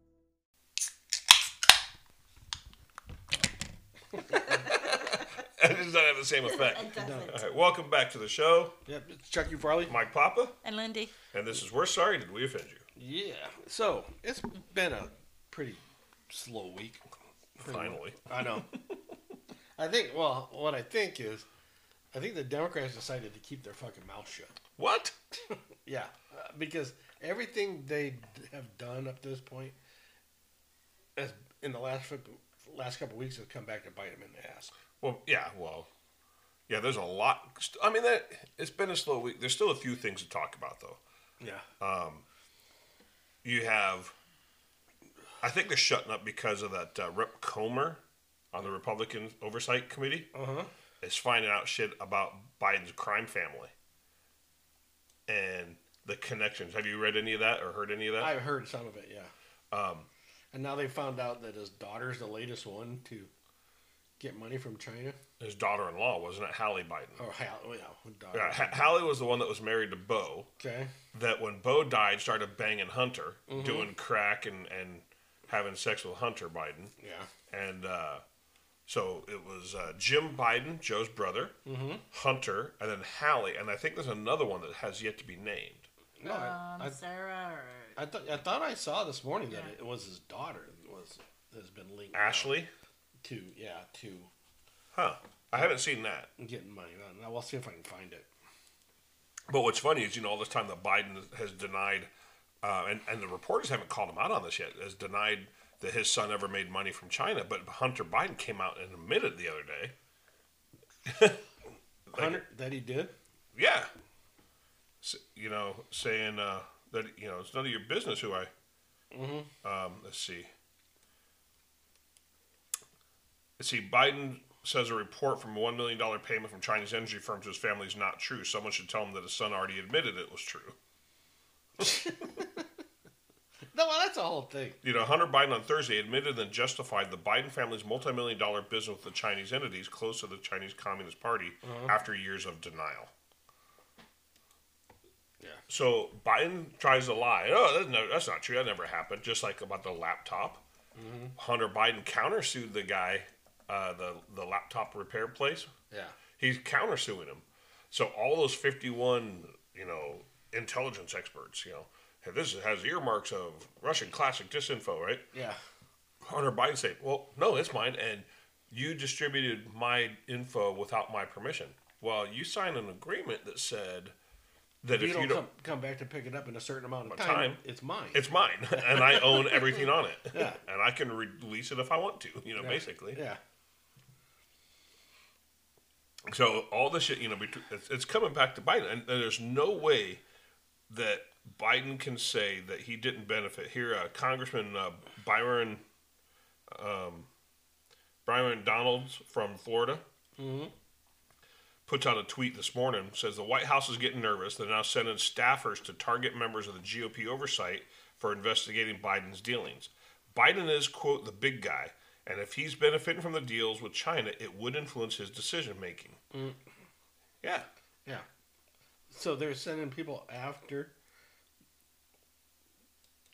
it does not have the same effect. It doesn't. All right, welcome back to the show, Yep, it's Chuck U. Farley. Mike Papa, And Lindy, and this is We're Sorry Did We Offend You? Yeah. So it's been a pretty slow week. Pretty Finally. I know. I think. Well, what I think is, I think the Democrats decided to keep their fucking mouth shut. What? Yeah, uh, because everything they d- have done up to this point, as in the last fif- last couple weeks, has come back to bite them in the ass. Well, yeah, well, yeah, there's a lot. I mean, that it's been a slow week. There's still a few things to talk about, though. Yeah. You have, I think they're shutting up because of that uh, Rep Comer on the Republican Oversight Committee Uh huh. is finding out shit about Biden's crime family and the connections. Have you read any of that or heard any of that? I've heard some of it. Yeah. Um, And now they found out that his daughter's the latest one to get money from China. His daughter-in-law wasn't it Hallie Biden? Oh, Hal- oh, yeah, her daughter. Yeah, Uh, Ha- Hallie was the one that was married to Bo. Okay. that when Bo died, started banging Hunter, doing crack and, and having sex with Hunter Biden. Yeah. And uh, so it was uh, Jim Biden, Joe's brother, Hunter, and then Hallie. And I think there's another one that has yet to be named. No, I, um, I, Sarah, or I, thought I thought I saw this morning that Yeah. it was his daughter that was that has been linked Ashley? to yeah to Huh. I haven't seen that. getting money. Now we'll see if I can find it. But what's funny is, you know, all this time that Biden has denied, uh, and, and the reporters haven't called him out on this yet, has denied that his son ever made money from China. But Hunter Biden came out and admitted the other day. Hunter, that he did. Yeah. S- you know, saying uh, that, you know, it's none of your business who I. Um, let's see. Let's see. Biden says a report from a $1 million payment from Chinese energy firm to his family is not true. Someone should tell him that his son already admitted it was true. No, well, that's the whole thing. You know, Hunter Biden on Thursday admitted and justified the Biden family's multi-million dollar business with the Chinese entities close to the Chinese Communist Party after years of denial. Yeah. So Biden tries to lie. Oh, that's, no, that's not true. That never happened. Just like about the laptop. Hunter Biden countersued the guy, uh, the the laptop repair place. Yeah. He's countersuing him. So all those 51, you know, intelligence experts, you know, hey, this has earmarks of Russian classic disinfo, right? Yeah. Hunter Biden saying, "Well, no, it's mine, and you distributed my info without my permission." Well, you signed an agreement that said that If you, if don't, you don't, come, come back to pick it up in a certain amount of My time, time. it's mine. it's mine, and I own everything on it, Yeah. and I can release it if I want to, you know, Yeah. basically. Yeah. So all this shit, you know, between, it's, it's coming back to Biden, and, and there's no way that Biden can say that he didn't benefit. Here, uh, Congressman uh, Byron, um, Byron Donalds from Florida, puts out a tweet this morning says the White House is getting nervous. They're now sending staffers to target members of the GOP oversight for investigating Biden's dealings. Biden is quote the big guy, and if he's benefiting from the deals with China, it would influence his decision making. Yeah, Yeah. So they're sending people after.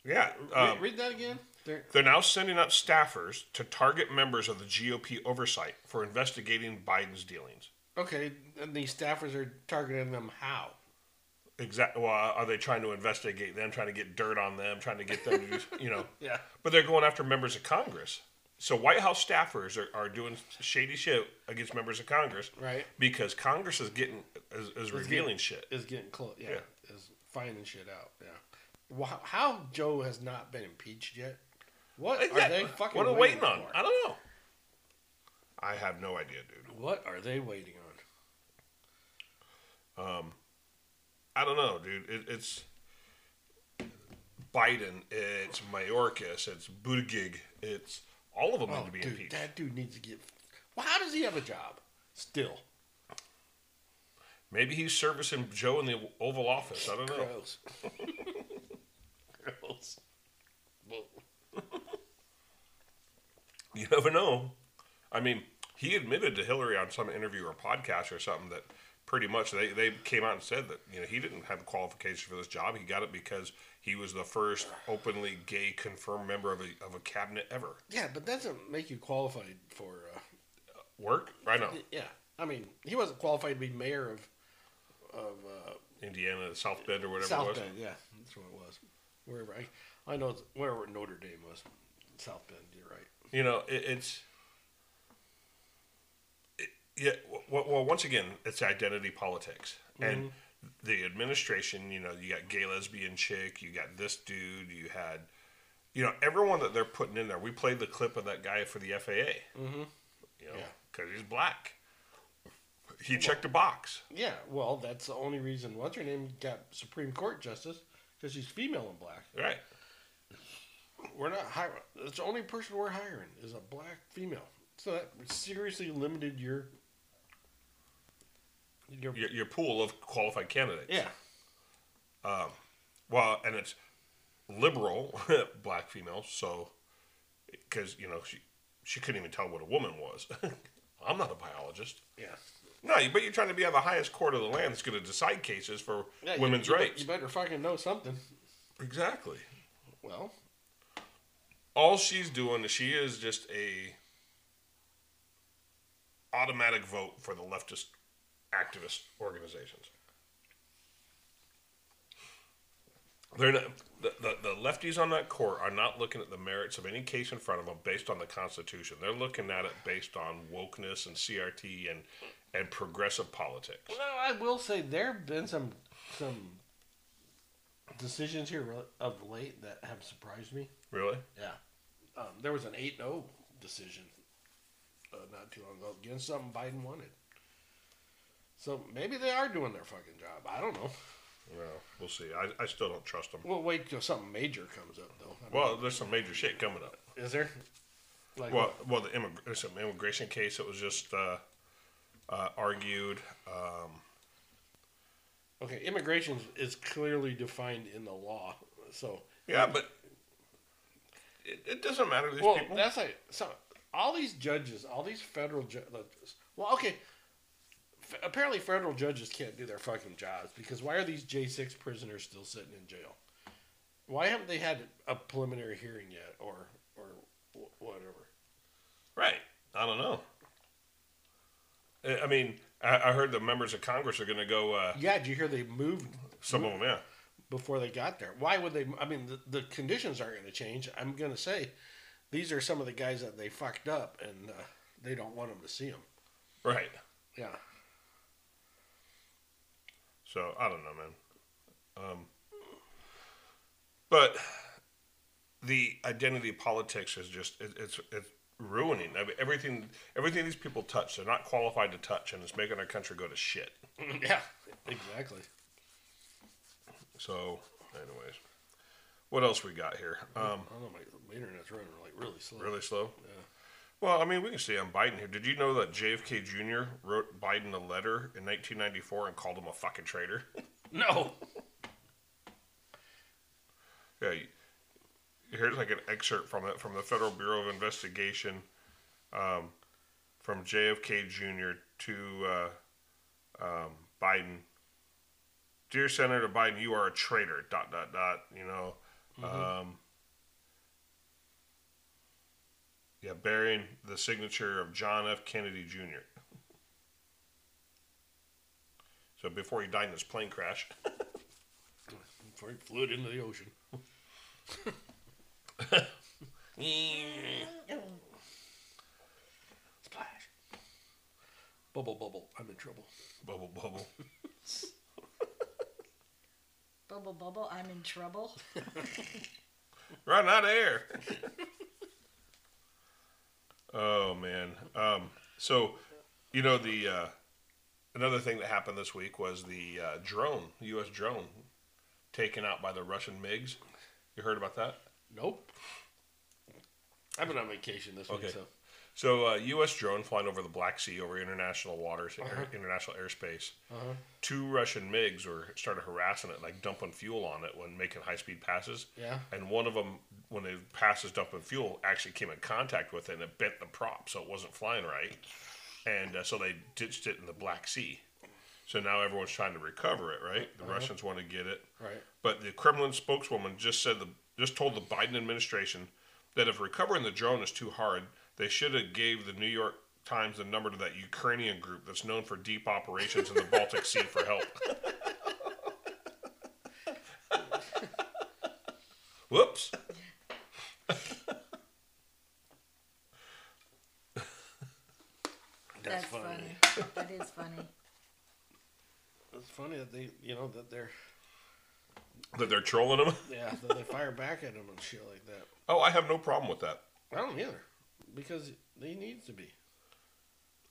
yeah. Re- Um, read that again. They're, they're now sending out staffers to target members of the GOP oversight for investigating Biden's dealings. okay, and these staffers are targeting them how? Exactly. Well, are they trying to investigate them? Trying to get dirt on them? Trying to get them? to use, You know. Yeah. But they're going after members of Congress. So White House staffers are, are doing shady shit against members of Congress. Right. Because Congress is getting is, is revealing shit. Is getting close. Yeah, Yeah. Is finding shit out. Yeah. Wow, how Joe has not been impeached yet? What are Uh, Yeah, they fucking what are they waiting, waiting on? for? I don't know. I have no idea, dude. What are they waiting on? I don't know, dude. It, it's Biden. It's Mayorkas. It's Buttigieg. It's all of them need Oh, to be dude, impeached. that dude needs to get. Well, how does he have a job still? Maybe he's servicing Joe in the Oval Office. I don't know. Gross. Gross. You never know. I mean, he admitted to Hillary on some interview or podcast or something that pretty much they, they came out and said that you know he didn't have qualifications for this job. He got it because he was the first openly gay confirmed member of a of a cabinet ever. Yeah, but that doesn't make you qualified for uh, work. I know Yeah, I mean, he wasn't qualified to be mayor of of uh, Indiana, South Bend, or whatever it South was. Bend. Yeah, that's what it was. Wherever I, I know it's wherever Notre Dame was, South Bend. You're right. You know, it, it's it, yeah. Well, well, once again, it's identity politics and the administration. You know, you got gay lesbian chick, you got this dude, you had. You know, everyone that they're putting in there, we played the clip of that guy for the FAA. Mm-hmm. You know, Yeah. because he's black. He checked a box. Yeah, well, that's the only reason. What's her name got Supreme Court justice because she's female and black. Right. We're not hiring. That's the only person we're hiring is a black female. So that seriously limited your your Your, your pool of qualified candidates. yeah. Well, and it's liberal black female, so because you know she she couldn't even tell what a woman was. I'm not a biologist. Yeah. No, but you're trying to be on the highest court of the land that's going to decide cases for Yeah, you- women's you be- rights. You better fucking know something. Exactly. Well, All she's doing is she is just a automatic vote for the leftist activist organizations. They're not, the, the, the lefties on that court are not looking at the merits of any case in front of them based on the Constitution. They're looking at it based on wokeness and CRT and, and progressive politics. no, I will say there have been some some decisions here rel- of late that have surprised me. Really? Yeah. Um, there was an 8 0 decision uh, not too long ago against something Biden wanted. So maybe they are doing their fucking job. I don't know. Well, we'll see. I, I still don't trust them. We'll wait till something major comes up, though. I Well, there's some major shit coming up. mean, is there? Like, Well, well, the immig- there's some immigration case that was just uh, uh, argued. Um, okay, immigration is clearly defined in the law. So, yeah, but it, it doesn't matter to these well, people. that's like so. All these judges, all these federal judges. Well, okay. F- apparently, federal judges can't do their fucking jobs because why are these J six prisoners still sitting in jail? Why haven't they had a preliminary hearing yet, or or wh- whatever? right? I don't know. I, I mean, I, I heard the members of Congress are going to go. Uh, Yeah, did you hear they moved some Mm-hmm. of them, yeah. before they got there? Why would they? I mean, the, the conditions aren't going to change. I'm going to say these are some of the guys that they fucked up, and uh, they don't want them to see them. Right. Yeah. So I don't know, man. Um, but the identity politics is just it, it's it's ruining I mean, everything. Everything these people touch, they're not qualified to touch, and it's making our country go to shit. yeah. Exactly. So, anyways, what else we got here? Um, I don't know, my, my internet's running like really slow. really slow. Well, I mean, we can stay on Biden here. Did you know that JFK Jr. wrote Biden a letter in 1994 and called him a fucking traitor? No. Yeah, you- here's like an excerpt from it from the Federal Bureau of Investigation um, from JFK Jr. to uh, um, Biden. Dear Senator Biden, you are a traitor. Dot dot dot. You know. Um, yeah, bearing the signature of John F. Kennedy Jr. So before he died in his plane crash. Before he flew it into the ocean. Splash. Bubble, bubble. I'm in trouble. bubble, bubble. Bubble, bubble, I'm in trouble. Run out of air. oh man. Um, so, you know the uh, another thing that happened this week was the uh, drone, U.S. drone, taken out by the Russian MiGs. You heard about that? Nope. I've been on vacation this Okay. week, so. So, uh, U.S. drone flying over the Black Sea over international waters, air, international airspace. Uh-huh. Two Russian MiGs were started harassing it, like dumping fuel on it when making high speed passes. Yeah. And one of them, when it passes dumping fuel, actually came in contact with it and it bent the prop, so it wasn't flying right. And uh, so they ditched it in the Black Sea. So now everyone's trying to recover it, right? The Russians want to get it. Right. But the Kremlin spokeswoman just said the just told the Biden administration that if recovering the drone is too hard, they should have gave the New York times the number to that Ukrainian group that's known for deep operations in the Baltic Sea for help. Whoops. That's, funny. that is funny. It's funny that they, you know, that they're That they're trolling them. yeah, that they fire back at them and shit like that. Oh, I have no problem with that. I don't either, because they need to be.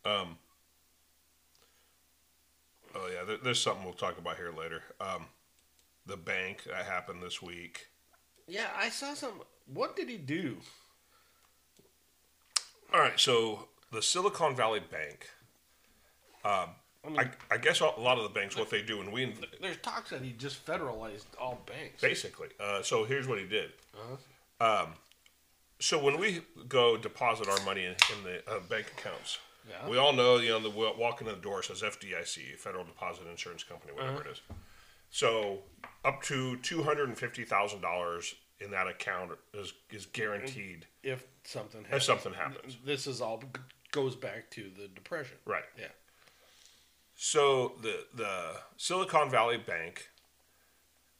Um, oh yeah, there, there's something we'll talk about here later. Um, the bank that happened this week. Yeah, I saw some. What did he do? All right, so the Silicon Valley Bank. I mean, I, I guess a lot of the banks, what they do, and we there's talks that he just federalized all banks. basically. Uh, so here's what he did. Uh-huh. So when we go deposit our money in, in the uh, bank accounts, Yeah. we all know you know the wa- walk into the door says FDIC, Federal Deposit Insurance Company, whatever it is. So up to two hundred and fifty thousand dollars in that account is is guaranteed If something if happens, something happens. this is all goes back to the depression. Right. Yeah. So the the Silicon Valley Bank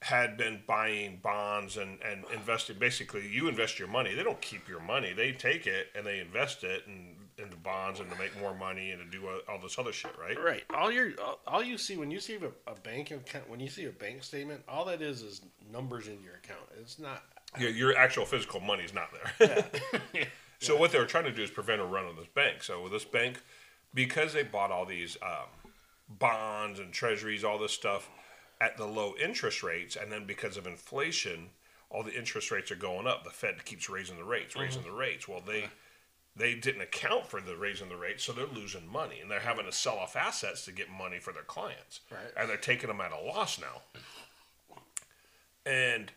had been buying bonds and and investing. Basically, you invest your money. They don't keep your money. They take it and they invest it and into bonds and to make more money and to do all- all this other shit, right? Right. All your all- all you see when you see a, a bank account when you see a bank statement, all that is is numbers in your account. It's not. Your, your actual physical money is not there. so what they were trying to do is prevent a run on this bank. So this bank, because they bought all these um, bonds and treasuries, all this stuff at the low interest rates, and then because of inflation, all the interest rates are going up. The Fed keeps raising the rates, raising the rates. Well, they they didn't account for the raising the rates, so they're losing money, and they're having to sell off assets to get money for their clients, Right. and they're taking them at a loss now. And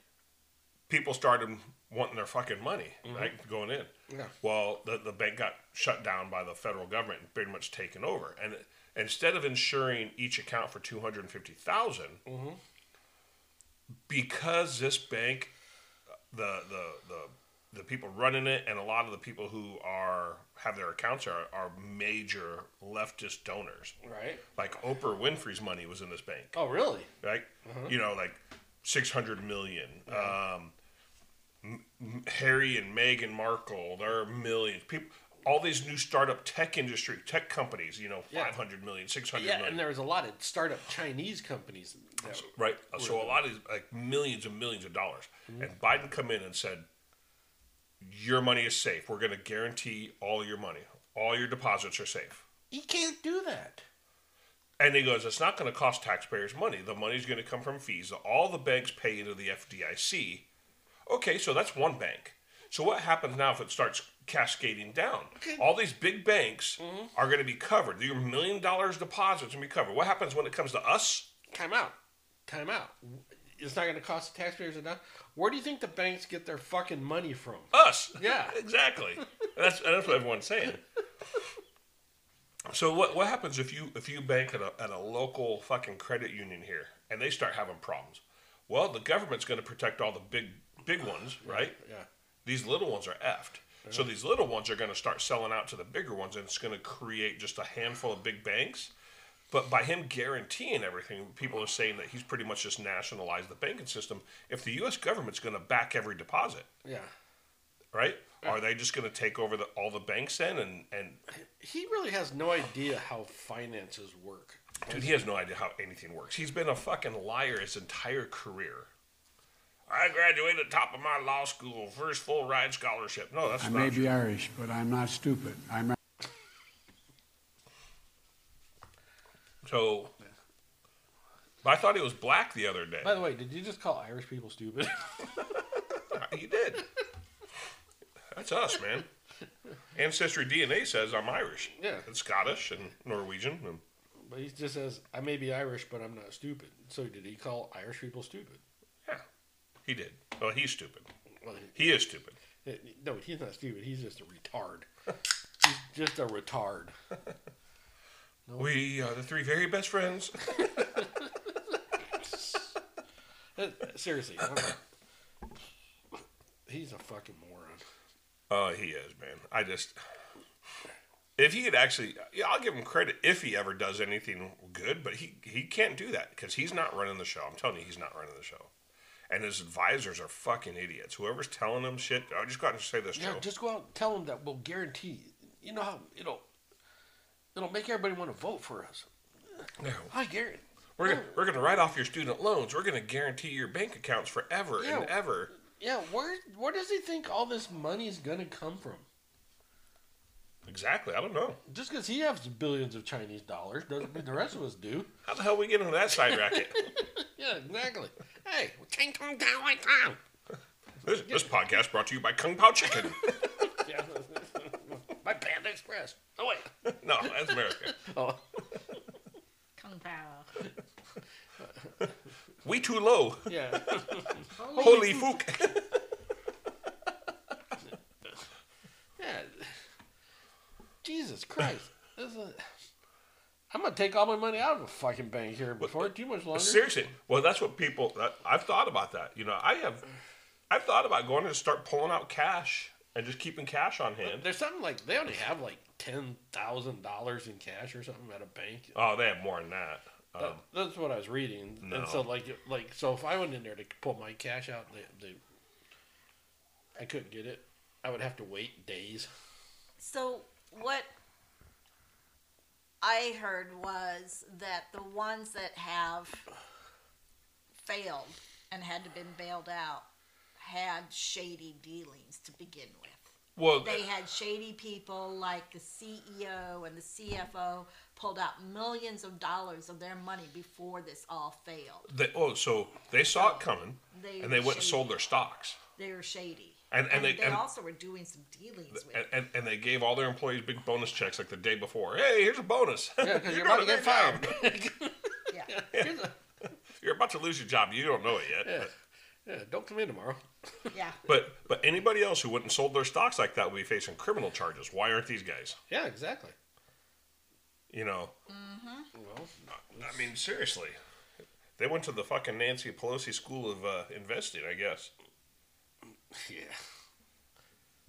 people started wanting their fucking money, right? Going in. Mm-hmm. Yeah. Well, the, the bank got shut down by the federal government and pretty much taken over. And instead of insuring each account for two hundred and fifty thousand, Mm-hmm. because this bank, the the the the people running it and a lot of the people who are have their accounts are, are major leftist donors. Right. Like Oprah Winfrey's money was in this bank Oh, really? right? Uh-huh. You know, like six hundred million. Um, M- M- Harry and Meghan Markle, there are millions people. All these new startup tech industry, tech companies, you know, Yeah. five hundred million, six hundred million, Yeah. And there was a lot of startup Chinese companies. That, right? Uh, So a lot of these, like millions and millions of dollars. Mm-hmm. And Biden come in and said, "Your money is safe. We're going to guarantee all your money. All your deposits are safe." he can't do that. And he goes, it's not going to cost taxpayers money. The money's going to come from fees that all the banks pay into the FDIC. Okay, so that's one bank. So what happens now if it starts cascading down? All these big banks are going to be covered. Your million dollars deposits will be covered. What happens when it comes to us? Time out. Time out. It's not going to cost the taxpayers enough. Where do you think the banks get their fucking money from? Us. Yeah. exactly. And that's and that's what everyone's saying. So what what happens if you if you bank at a at a local fucking credit union here and they start having problems? Well, the government's going to protect all the big big ones, right? Yeah. These little ones are effed. So these little ones are going to start selling out to the bigger ones, and it's going to create just a handful of big banks. But by him guaranteeing everything, people are saying that he's pretty much just nationalized the banking system. If the U.S. government's going to back every deposit, Yeah. right? Are they just going to take over the, all the banks then? And and He really has no idea how finances work. dude, he has no idea how anything works. He's been a fucking liar his entire career. I graduated top of my law school, first full ride scholarship. No, that's I not may true. be Irish, but I'm not stupid. I'm So, but I thought he was black the other day. By the way, did you just call Irish people stupid? He did. That's us, man. Ancestry DNA says I'm Irish. Yeah. And Scottish and Norwegian. And but he just says, I may be Irish, but I'm not stupid. So did he call Irish people stupid? yeah, he did. Well, he's stupid. Well, He is stupid. he- he- no, he's not stupid. He's just a retard. he's just a retard. We are the three very best friends. Uh, Seriously. I'm not- he's a fucking moron. Oh, he is, man. I just If he could actually, yeah, I'll give him credit if he ever does anything good, but he, he can't do that because he's not running the show. I'm telling you, he's not running the show. And his advisors are fucking idiots. Whoever's telling him shit, I just got to say this, Yeah, Joe. just go out and tell them that we'll guarantee. You know how it'll it'll make everybody want to vote for us. no. I guarantee. We're, gonna, we're going to write off your student loans. We're going to guarantee your bank accounts forever Yeah. and ever. Yeah, where where does he think all this money is gonna come from? Exactly. I don't know. Just because he has billions of Chinese dollars doesn't mean the rest of us do. How the hell we get on that side racket? Yeah, exactly. Hey, Ching Tong Tao Wai Tao. this, this podcast brought to you by Kung Pao Chicken. Yeah. My Panda Express. Oh wait. no, that's America. Oh, Kung Pao. We too low. yeah. Holy Holy, fook. Yeah. Jesus Christ. This is- I'm gonna take all my money out of a fucking bank here before too much longer. Seriously. Well, that's what people. That, I've thought about that. You know, I have. I've thought about going and start pulling out cash and just keeping cash on hand. There's something like they only have like ten thousand dollars in cash or something at a bank. Oh, they have more than that. Um, That- That's what I was reading. no. And so like it- like so if I went in there to pull my cash out, they, they I couldn't get it. I would have to wait days. So what I heard was that the ones that have failed and had to been bailed out had shady dealings to begin with. well, They had shady people like the CEO and the CFO pulled out millions of dollars of their money before this all failed. they, oh, so they saw it coming They and they went and shady. sold their stocks. They were shady. And- and they- and- also were doing some dealings with And, and, and they gave all their employees big bonus checks like the day before. Hey, here's a bonus. Yeah, because you're doing about to a get great job. fired. yeah. Here's a- You're about to lose your job. You don't know it yet. yeah. yeah, don't come in tomorrow. Yeah. But but anybody else who went and sold their stocks like that would be facing criminal charges. Why aren't these guys? Yeah, exactly. You know, Well, I mean, seriously, they went to the fucking Nancy Pelosi School of uh, Investing, I guess. yeah.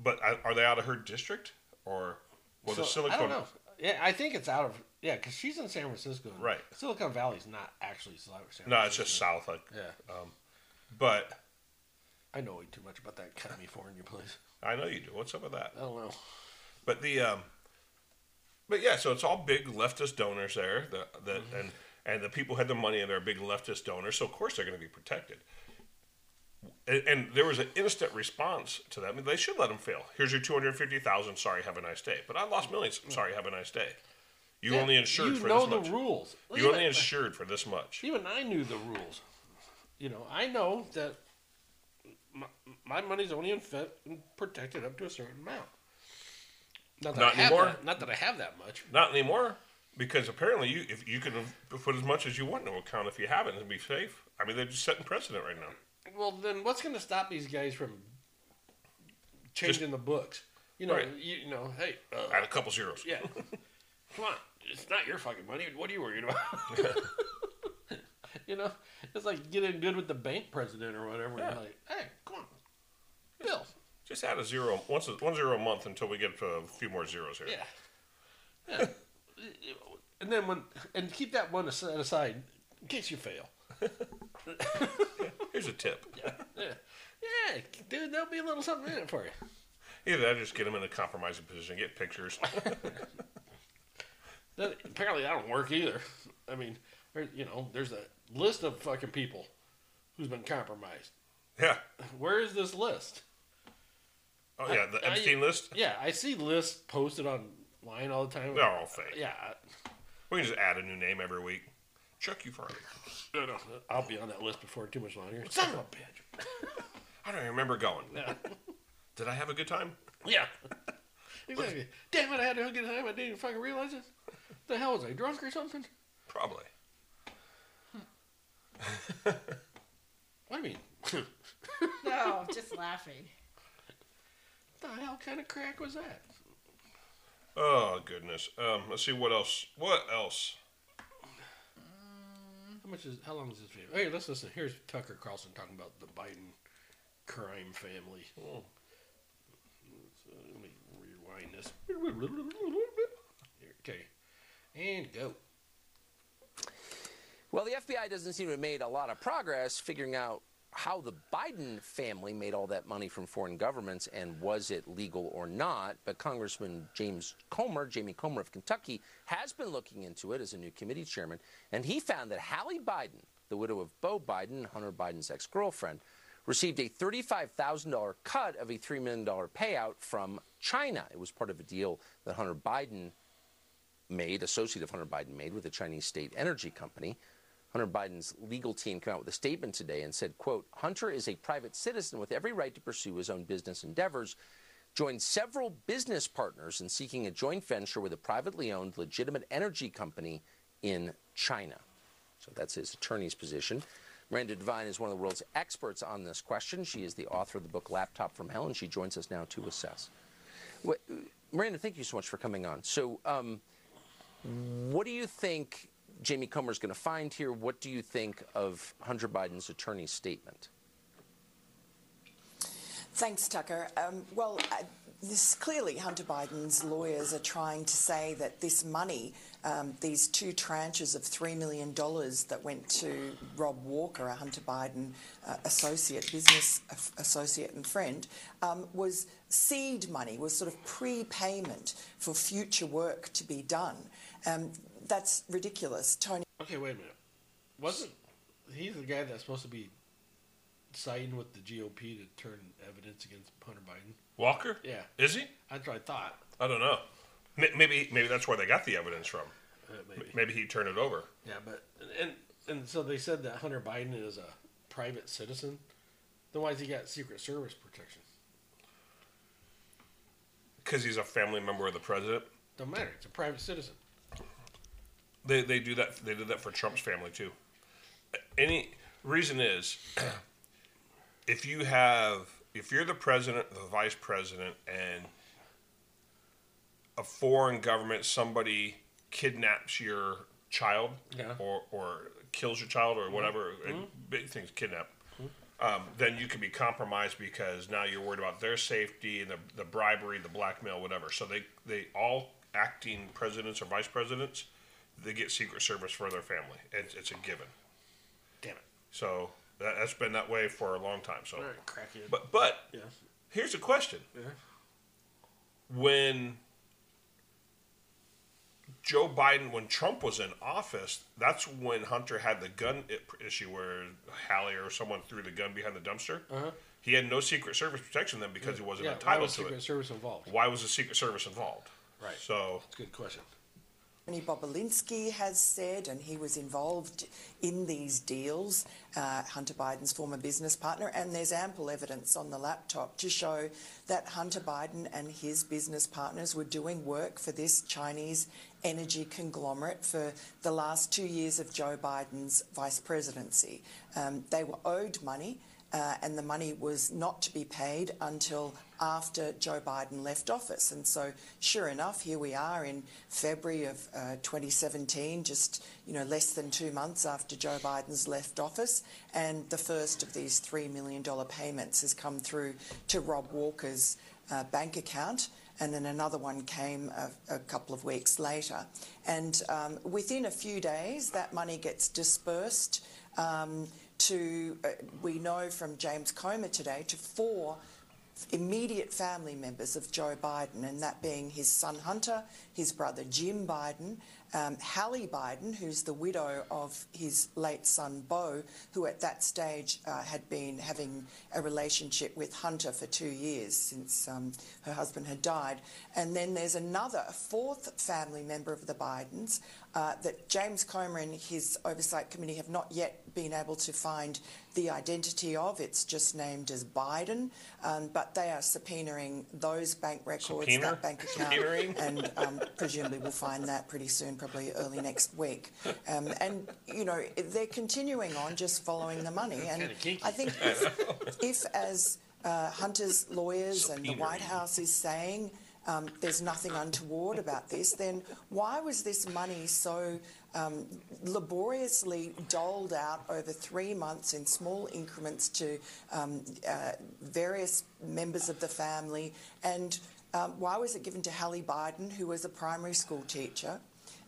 But I- are they out of her district or well, the So, Silicon? I don't know. Yeah, I think it's out of yeah, because she's in San Francisco. Right. Silicon Valley's not actually Sil- San Francisco. No, it's just south. Like, Yeah, but I know way too much about that California place. I know you do. What's up with that? I don't know. But the um, but yeah, so it's all big leftist donors there. The, the Mm-hmm. and and the people had the money and they're big leftist donors, so of course they're going to be protected. And, and there was an instant response to that. I mean, they should let them fail. Here's your two hundred fifty thousand. Sorry, have a nice day. But I lost millions. Sorry, have a nice day. You only insured Mm-hmm. You for know this the much. rules. You Even- only insured for this much. even I knew the rules. You know, I know that my, my money's only infe- protected up to a certain amount. Not that Not I have anymore. That, not that I have that much. Not anymore, because apparently you if you can put as much as you want into account if you haven't and be safe. I mean, they're just setting precedent right now. Well, then what's going to stop these guys from changing the books? You know, Right. you, you know, hey, uh, Add a couple zeros. yeah, come on, it's not your fucking money. What are you worried about? you know, it's like getting good with the bank president or whatever. Yeah. Like, hey, come on, Bill. Just add a zero, once a, one zero a month until we get to a few more zeros here. Yeah. yeah. and then when and keep that one as- aside in case you fail. Here's a tip. Yeah. Yeah, dude, there'll be a little something in it for you. Either that, or just get them in a compromising position, get pictures. That, apparently, I don't work either. I mean, there, you know, there's a list of fucking people who's been compromised. yeah. Where is this list? Oh yeah, the I- I- Epstein list. Yeah, I see lists posted online all the time. They're all fake. Yeah, I- We can just add a new name every week. Chuck you Farley. I don't know. I'll be on that list before too much longer. Son of a bitch. I don't even remember going. Did I have a good time? Yeah. Exactly. Damn it, I had a good time. I didn't even fucking realize it. The hell was I drunk or something? Probably. What do you mean? No, just laughing. the hell kind of crack was that? Oh goodness. Um, let's see what else. What else? How much is how long is this video? Hey, let's listen. Here's Tucker Carlson talking about the Biden crime Oh. family. Let's, uh, let me rewind this. Okay, and go. Well, the FBI doesn't seem to have made a lot of progress figuring out how the Biden family made all that money from foreign governments and was it legal or not. But Congressman James Comer, Jamie Comer of Kentucky, has been looking into it as a new committee chairman, and he found that Hallie Biden, the widow of Bo Biden, Hunter Biden's ex girlfriend, received a $35,000 cut of a $3 million payout from China. It was part of a deal that Hunter Biden made, associate of Hunter Biden made with a Chinese state energy company. Hunter Biden's legal team came out with a statement today and said, quote, Hunter is a private citizen with every right to pursue his own business endeavors, joined several business partners in seeking a joint venture with a privately owned legitimate energy company in China. So that's his attorney's position. Miranda Devine is one of the world's experts on this question. She is the author of the book Laptop from Hell, and she joins us now to assess. Wha- Miranda, thank you so much for coming on. So, um, what do you think Jamie Comer's going to find here? What do you think of Hunter Biden's attorney's statement? Thanks, Tucker. Um, well, I, this clearly Hunter Biden's lawyers are trying to say that this money, um, these two tranches of three million dollars that went to Rob Walker, a Hunter Biden uh, associate, business af- associate and friend, um, was seed money, was sort of prepayment for future work to be done. Um, that's ridiculous, Tony. Okay, wait a minute. Wasn't he's the guy that's supposed to be siding with the GOP to turn evidence against Hunter Biden? Walker? Yeah. Is he? That's what I thought. I don't know. M- Maybe maybe that's where they got the evidence from. Uh, maybe. Maybe he turned it over. Yeah, but and and so they said that Hunter Biden is a private citizen. Then why has he got Secret Service protection? Because he's a family member of the president. Don't matter. It's a private citizen. They they do that. They did that for Trump's family too. Any reason is, if you have, if you're the president, the vice president, and a foreign government, somebody kidnaps your child Yeah. or or kills your child or whatever, and big things kidnap. Um, then you can be compromised because now you're worried about their safety and the, the bribery, the blackmail, whatever. So they, they all acting presidents or vice presidents, they get Secret Service for their family. It's, it's a given. Damn it! So that, that's been that way for a long time. So, All right, crackhead. but but yeah, here's a question: yeah, When Joe Biden, when Trump was in office, that's when Hunter had the gun i- issue where Hallie or someone threw the gun behind the dumpster. Uh-huh. He had no Secret Service protection then because he wasn't yeah. Why entitled was to Secret it. Service involved? Why was the Secret Service involved? Right. So That's a good question. Tony Bobolinsky has said, and he was involved in these deals, uh, Hunter Biden's former business partner, and there's ample evidence on the laptop to show that Hunter Biden and his business partners were doing work for this Chinese energy conglomerate for the last two years of Joe Biden's vice presidency. Um, they were owed money. Uh, and the money was not to be paid until after Joe Biden left office. And so, sure enough, here we are in February of uh, 2017, just you know less than two months after Joe Biden's left office, and the first of these three million dollar payments has come through to Rob Walker's uh, bank account. And then another one came a, a couple of weeks later. And um, within a few days, that money gets dispersed um, to, uh, we know from James Comer today, to four immediate family members of Joe Biden, and that being his son Hunter, his brother Jim Biden, um, Hallie Biden, who's the widow of his late son Beau, who at that stage uh, had been having a relationship with Hunter for two years since um, her husband had died. And then there's another, a fourth family member of the Bidens uh, that James Comer and his oversight committee have not yet been able to find the identity of. It's just named as Biden, um, but they are subpoenaing those bank records, Subpoena? that bank account, Subpoenaing? and um, presumably we'll find that pretty soon, probably early next week. Um, and you know they're continuing on, just following the money. And Kinda kinky. I think if, if as uh, Hunter's lawyers and the White House is saying. Um, there's nothing untoward about this, then why was this money so um, laboriously doled out over three months in small increments to um, uh, various members of the family and Um, why was it given to Hallie Biden, who was a primary school teacher?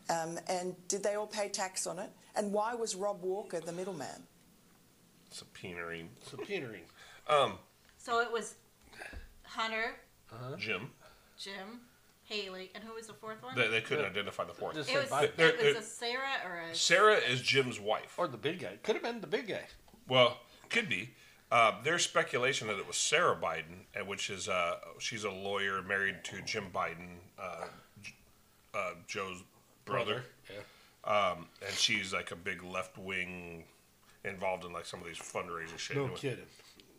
Um, and did they all pay tax on it? And why was Rob Walker the middleman? subpoenaing subpoenaing. So it was Hunter, Jim. Jim, Haley, and who was the fourth one? They, they couldn't identify the fourth. Just it was, said Biden. They're- it was they're- a Sarah or a. Sarah is Jim's wife. Or the big guy. Could have been the big guy. Well, could be. Uh, there's speculation that it was Sarah Biden, uh, which is uh, she's a lawyer married to Jim Biden, uh, J- uh, Joe's brother, Yeah. um, and she's like a big left wing, involved in like some of these fundraising shit. No Anyway, kidding.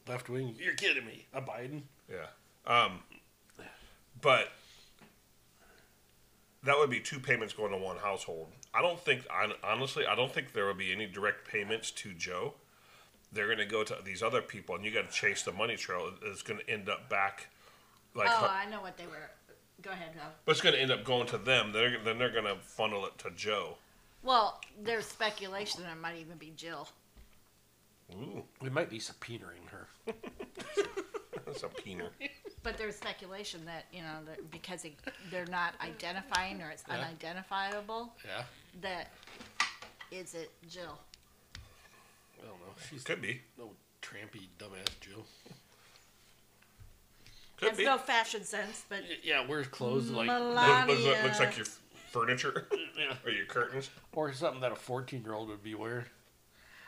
Left wing. You're kidding me. A Biden. Yeah. Um, but that would be two payments going to one household. I don't think, hon- honestly, I don't think there will be any direct payments to Joe. They're going to go to these other people, and you got to chase the money trail. It's going to end up back, like, Oh, I know what they were. Go ahead, Rob. but it's going to end up going to them. They're, then they're going to funnel it to Joe. Well, there's speculation that it might even be Jill. Ooh, We might be subpoenaing her. that's a peener. But there's speculation that, you know, that because it, they're not identifying or it's unidentifiable, Yeah. that is it Jill? I don't know. She's Could be. no trampy dumbass Jill. Could Has be. no fashion sense, but Yeah, wears clothes like Look- Melania. look- look- looks like your f- furniture Yeah. or your curtains. or something that a 14 year old would be wearing.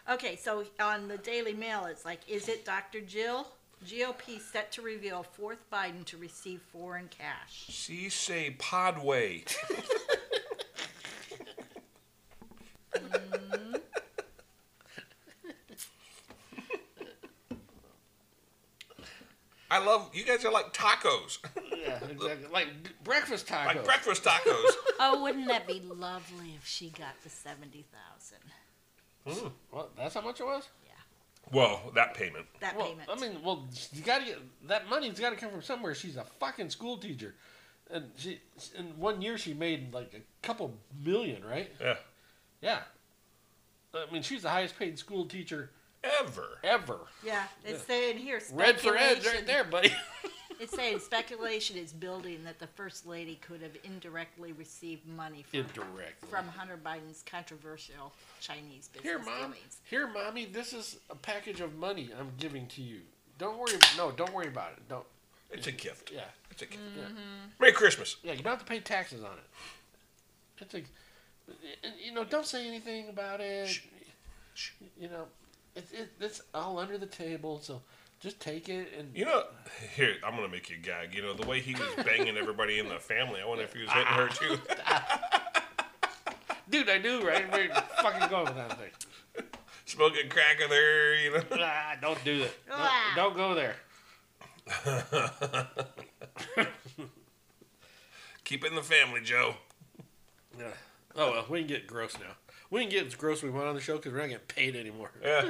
Okay, so on the Daily Mail, it's like, is it Dr. Jill? GOP set to reveal fourth Biden to receive foreign cash. See, say Podway. Mm-hmm. I love you guys are like tacos, Yeah, exactly. Like breakfast tacos. like breakfast tacos. Oh, wouldn't that be lovely if she got the seventy thousand? What? That's how much it was? Yeah, well, that payment. that Well, payment. I mean, well, you got to get that money's got to come from somewhere. She's a fucking school teacher, and she in one year she made like a couple million, right? Yeah, Yeah, I mean she's the highest paid school teacher ever. ever. yeah, it's saying here Red speculation. for red, right there, buddy. It's saying speculation is building that the first lady could have indirectly received money from Indirectly. from Hunter Biden's controversial Chinese business Here, mom. dealings. Here, mommy. This is a package of money I'm giving to you. Don't worry. No, don't worry about it. Don't. It's a gift. Yeah. it's a gift. Yeah. Merry Christmas. Yeah, you don't have to pay taxes on it. It's like, and, you know, don't say anything about it. Shh. Shh. You know, it's it, it's all under the table, so just take it and. You know, here I'm gonna make you gag. You know the way he was banging everybody in the family. I wonder if he was hitting her too. Dude, I do, right? We're fucking going with that thing. Smoking crack with her. You know. Ah, don't do that. No, Ah. don't go there. Keep it in the family, Joe. Yeah. Oh well, we can get gross now. We can get as gross we want on the show because we're not getting paid anymore. Yeah.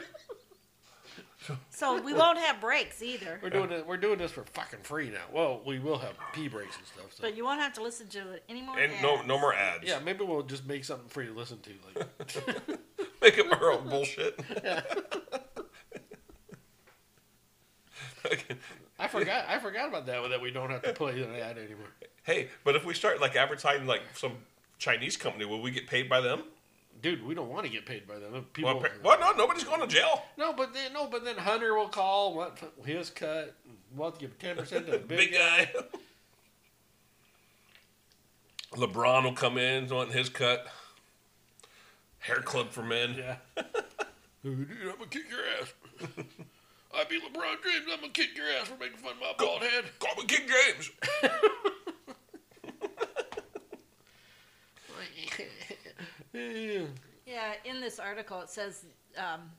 So we won't have breaks either. We're doing it. We're doing this for fucking free now. Well, we will have pee breaks and stuff. So. But you won't have to listen to it anymore. And no, no more ads. yeah, maybe we'll just make something for you to listen to. Like, Make up our own bullshit. I forgot. I forgot about that. That we don't have to play an ad anymore. hey, but if we start like advertising like some Chinese company, will we get paid by them? Dude, we don't want to get paid by them. People, Well, appa- well, no, nobody's going to jail. No, but then no, but then Hunter will call, want his cut, and we'll have to give ten percent to the big, Big guy. guy. LeBron will come in wanting his cut. Hair club for men. Yeah. Dude, I'm gonna kick your ass. I be LeBron James. I'm gonna kick your ass for making fun of my bald head. Call me King James. Yeah, in this article, it says um,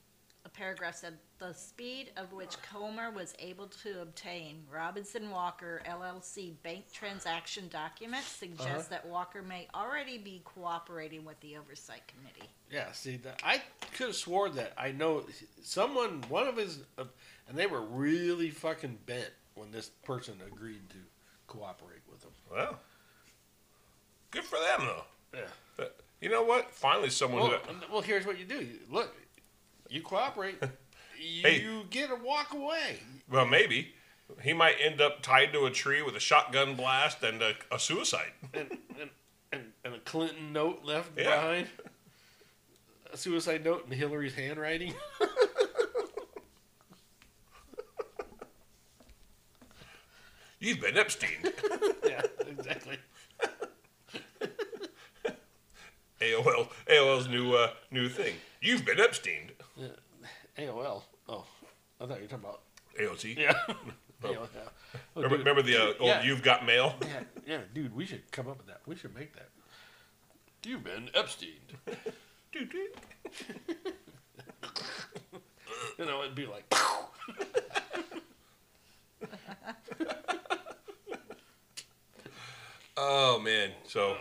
a paragraph said the speed of which Comer was able to obtain Robinson Walker LLC bank transaction documents suggests Uh-huh. that Walker may already be cooperating with the oversight committee. Yeah, see, that I could have swore that I know someone, one of his, uh, and they were really fucking bent when this person agreed to cooperate with him. Well, good for them though. Yeah. But you know what? Finally, someone Well, who and- well, here's what you do. You- Look, you cooperate. You Hey. get a walk away. Well, maybe. He might end up tied to a tree with a shotgun blast and a, a suicide. and, and, and a Clinton note left Yeah. behind. A suicide note in Hillary's handwriting. You've been Epstein. yeah, exactly. AOL AOL's new uh, new thing. You've been Epstein. AOL. Oh, I thought you were talking about. AOT. Yeah. AOL. Oh, Remember, dude. remember the uh, old Yeah. "You've Got Mail." Yeah, yeah, dude, we should come up with that. We should make that. You've been Epstein. Dude, dude. You know, it'd be like. Oh man, so.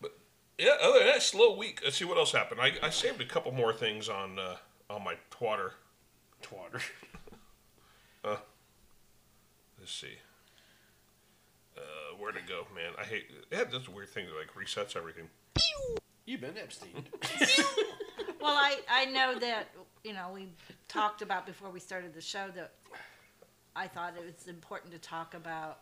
But yeah, other than that, slow week. Let's see what else happened. I, I saved a couple more things on uh, on my twatter. Twatter. Let's see. Uh, where'd it go, man? I hate. Yeah, that's a weird thing that like resets everything. You've been Epstein. Well, I, I know that, you know, we talked about before we started the show that I thought it was important to talk about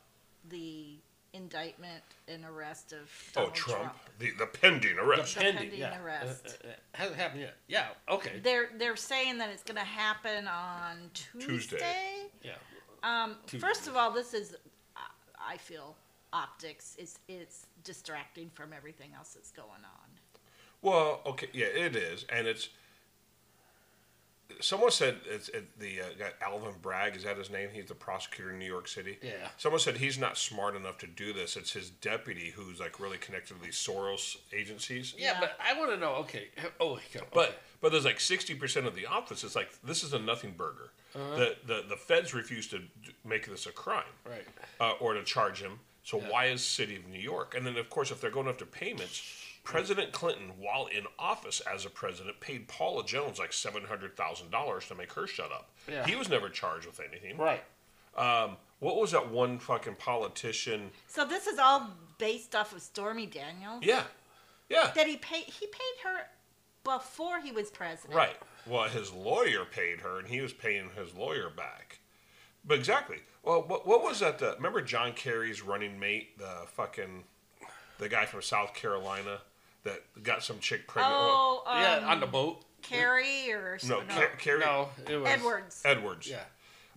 the indictment and arrest of Donald oh, Trump. The the pending arrest. The pending arrest. Uh, uh, uh, hasn't happened yet. Yeah, okay. They're, they're saying that it's going to happen on Tuesday. Yeah. Um, first of all, this is, uh, I feel, optics. It's, it's distracting from everything else that's going on. Well, okay, yeah, it is, and it's. Someone said it's it, the uh, guy Alvin Bragg is that his name? He's the prosecutor in New York City. Yeah. Someone said he's not smart enough to do this. It's his deputy who's like really connected to these Soros agencies. Yeah, Yeah. but I want to know. Okay. Oh, okay. But but there's like sixty percent of the office. It's like this is a nothing burger. The, the the feds refuse to d- make this a crime, Right. Uh, or to charge him. So why is city of New York? And then of course, if they're going after payments, President Clinton, while in office as a president, paid Paula Jones like seven hundred thousand dollars to make her shut up. Yeah. He was never charged with anything. Right. What was that one fucking politician? So this is all based off of Stormy Daniels? Yeah, yeah, That he paid, he paid her before he was president. Right. Well, his lawyer paid her, and he was paying his lawyer back. But exactly. Well, what, what was that? The, remember John Kerry's running mate, the fucking the guy from South Carolina that got some chick pregnant. Well, Oh, um, yeah, on the boat. Carrie or no, something. Car- Kerry No, it was Edwards. Edwards. Yeah.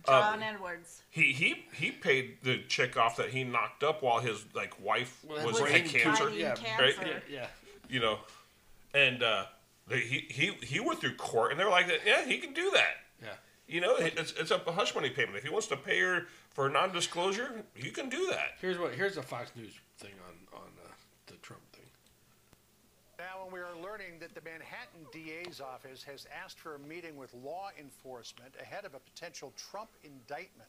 John uh, Edwards. He he he paid the chick off that he knocked up while his like wife Well, was Was had fighting cancer. fighting yeah, cancer. right, Yeah, yeah. You know, and uh, they, he he he went through court, and they were like, yeah, he can do that. Yeah. You know, it's, it's a hush money payment. If he wants to pay her for non-disclosure, you can do that. Here's what here's a Fox News thing on on uh, the Trump thing. Now, and we are learning that the Manhattan DA's office has asked for a meeting with law enforcement ahead of a potential Trump indictment.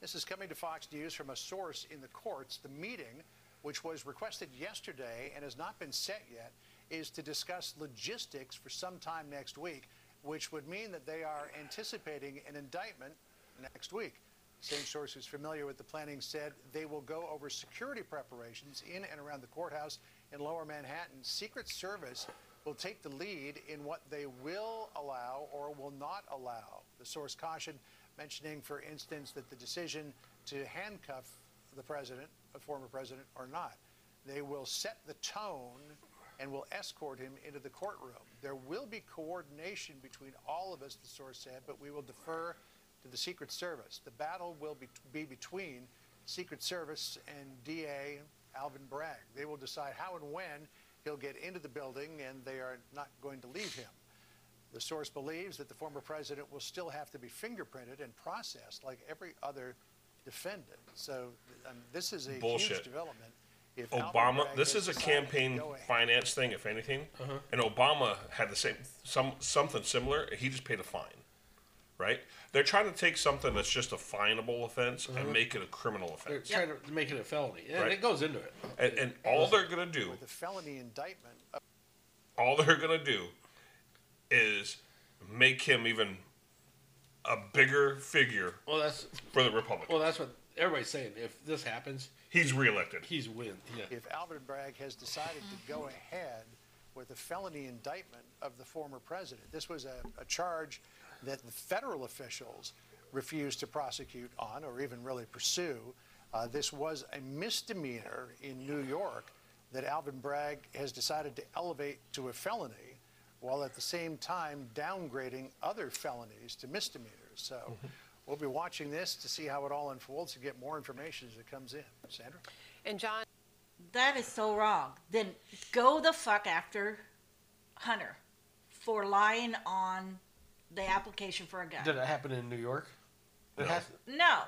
This is coming to Fox News from a source in the courts. The meeting, which was requested yesterday and has not been set yet, is to discuss logistics for sometime next week, which would mean that they are anticipating an indictment next week. Same source who's familiar with the planning said they will go over security preparations in and around the courthouse in lower Manhattan. Secret Service will take the lead in what they will allow or will not allow. The source cautioned, mentioning, for instance, that the decision to handcuff the president, a former president, or not, they will set the tone and will escort him into the courtroom. There will be coordination between all of us, the source said, but we will defer to the Secret Service. The battle will be, be between Secret Service and DA Alvin Bragg. They will decide how and when he'll get into the building, and they are not going to leave him. The source believes that the former president will still have to be fingerprinted and processed like every other defendant. So um, this is a Bullshit. huge development. If Alvin Obama, Bragg this has is a decided to campaign go ahead. finance thing, if anything. Uh-huh. And Obama had the same some something similar. He just paid a fine, right? They're trying to take something that's just a finable offense Uh-huh. and make it a criminal They're offense. trying to make it a felony, and Right. it goes into it. And, and all they're gonna do the felony indictment of all they're gonna do is make him even a bigger figure Well, that's for the Republicans. well, that's what everybody's saying. If this happens, He's reelected. he's win. Yeah. if Alvin Bragg has decided to go ahead with a felony indictment of the former president. This was a, a charge that the federal officials refused to prosecute on or even really pursue. Uh, this was a misdemeanor in New York that Alvin Bragg has decided to elevate to a felony while at the same time downgrading other felonies to misdemeanors. So we'll be watching this to see how it all unfolds and get more information as it comes in. Sandra? And John, That is so wrong. Then go the fuck after Hunter for lying on the application for a gun. Did it happen in New York? It has, No,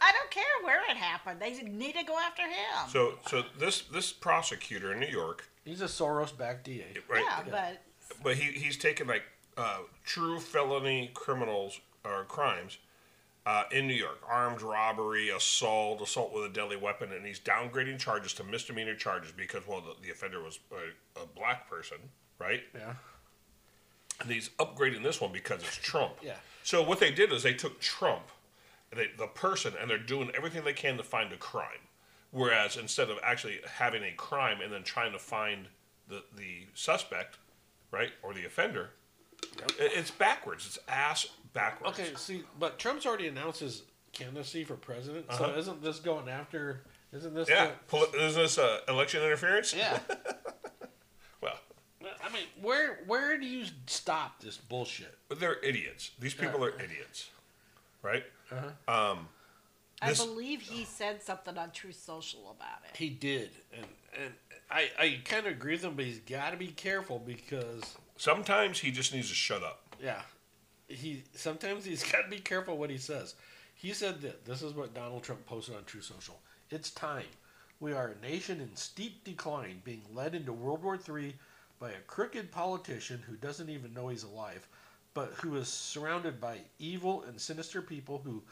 I don't care where it happened. They need to go after him. So, so this this prosecutor in New York, he's a Soros-backed DA. right? yeah, but But he, he's taken like uh, true felony criminals or crimes uh, in New York, armed robbery, assault, assault with a deadly weapon, and he's downgrading charges to misdemeanor charges because well, the, the offender was a, a black person, right? Yeah. And he's upgrading this one because it's Trump. Yeah. So what they did is they took Trump, they, the person, and they're doing everything they can to find a crime. Whereas instead of actually having a crime and then trying to find the, the suspect, right, or the offender, it, it's backwards. It's ass backwards. Okay, see, but Trump's already announced his candidacy for president, so isn't this going after? Isn't this? Yeah. the- Poli- isn't this uh, election interference? yeah. Well, I mean, where where do you stop this bullshit? but they're idiots. These people are idiots, right? I This- believe he said something on True Social about it. He did, and and I I kind of agree with him, but he's got to be careful because Sometimes he just needs to shut up. yeah, he sometimes he's got to be careful what he says. He said that this is what Donald Trump posted on True Social. It's time. We are a nation in steep decline, being led into World War III by a crooked politician who doesn't even know he's alive, but who is surrounded by evil and sinister people who,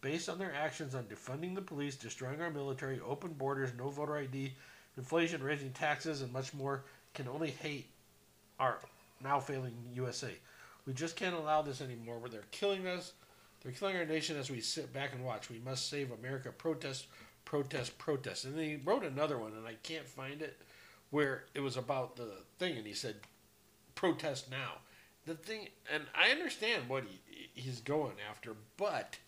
based on their actions on defunding the police, destroying our military, open borders, no voter ID, inflation, raising taxes, and much more, can only hate our now failing USA. We just can't allow this anymore where they're killing us. They're killing our nation as we sit back and watch. We must save America. Protest, protest, protest. And then he wrote another one, and I can't find it, where it was about the thing, and he said, protest now. The thing, and I understand what he he's going after, but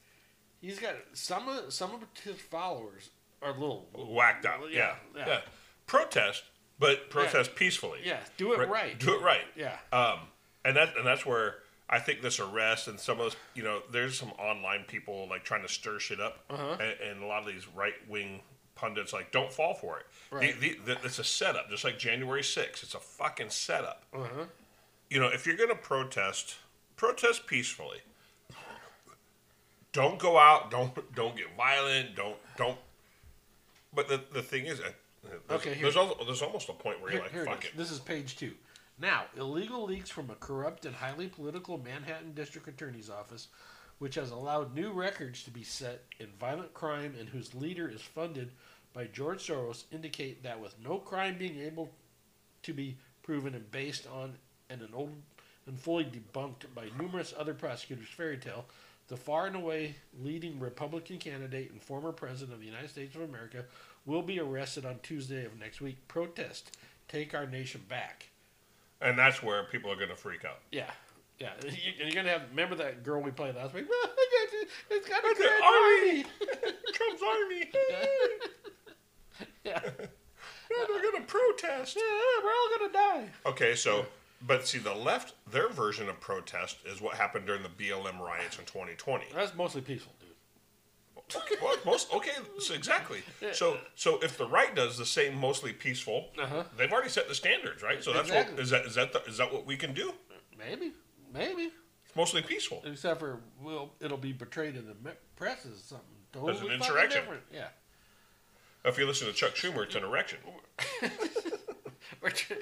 he's got some of some of his followers are little Whacked up. Yeah. Yeah. yeah, Protest, but protest peacefully. Yeah, do it right. Do it right. yeah. Um, and that and that's where I think this arrest and some of those, you know, there's some online people like trying to stir shit up, Uh-huh. and, and a lot of these right wing pundits like don't fall for it. Right. The, the, the, it's a setup, just like January 6th. It's a fucking setup. Uh-huh. You know, if you're gonna protest, protest peacefully. Don't go out. Don't don't get violent. Don't don't. But the, the thing is, uh, there's, Okay, here- there's, al- there's almost a point where you're Here- like, here it fuck is. it. This is page two. Now, illegal leaks from a corrupt and highly political Manhattan District Attorney's Office, which has allowed new records to be set in violent crime and whose leader is funded by George Soros, indicate that with no crime being able to be proven and based on and an old and fully debunked by numerous other prosecutors' fairy tale, the far and away leading Republican candidate and former president of the United States of America will be arrested on Tuesday of next week. Protest, take our nation back. And that's where people are gonna freak out. Yeah. Yeah, You- you're gonna have. Remember that girl we played last week? it's got a grand army. army. Trump's army. Yeah, They're gonna protest. Yeah, we're all gonna die. Okay, so but see the left, their version of protest is what happened during the BLM riots in 2020. That's mostly peaceful, dude. well, most okay, so exactly. So so if the right does the same, mostly peaceful, they've already set the standards, right? So that's Uh-huh. Exactly. what is that is that the, is that what we can do? Maybe, maybe. It's mostly peaceful. except for will it'll be portrayed in the me- press as something totally As an fucking insurrection. different. Yeah, If you listen to Chuck Schumer, it's an erection. We're tr-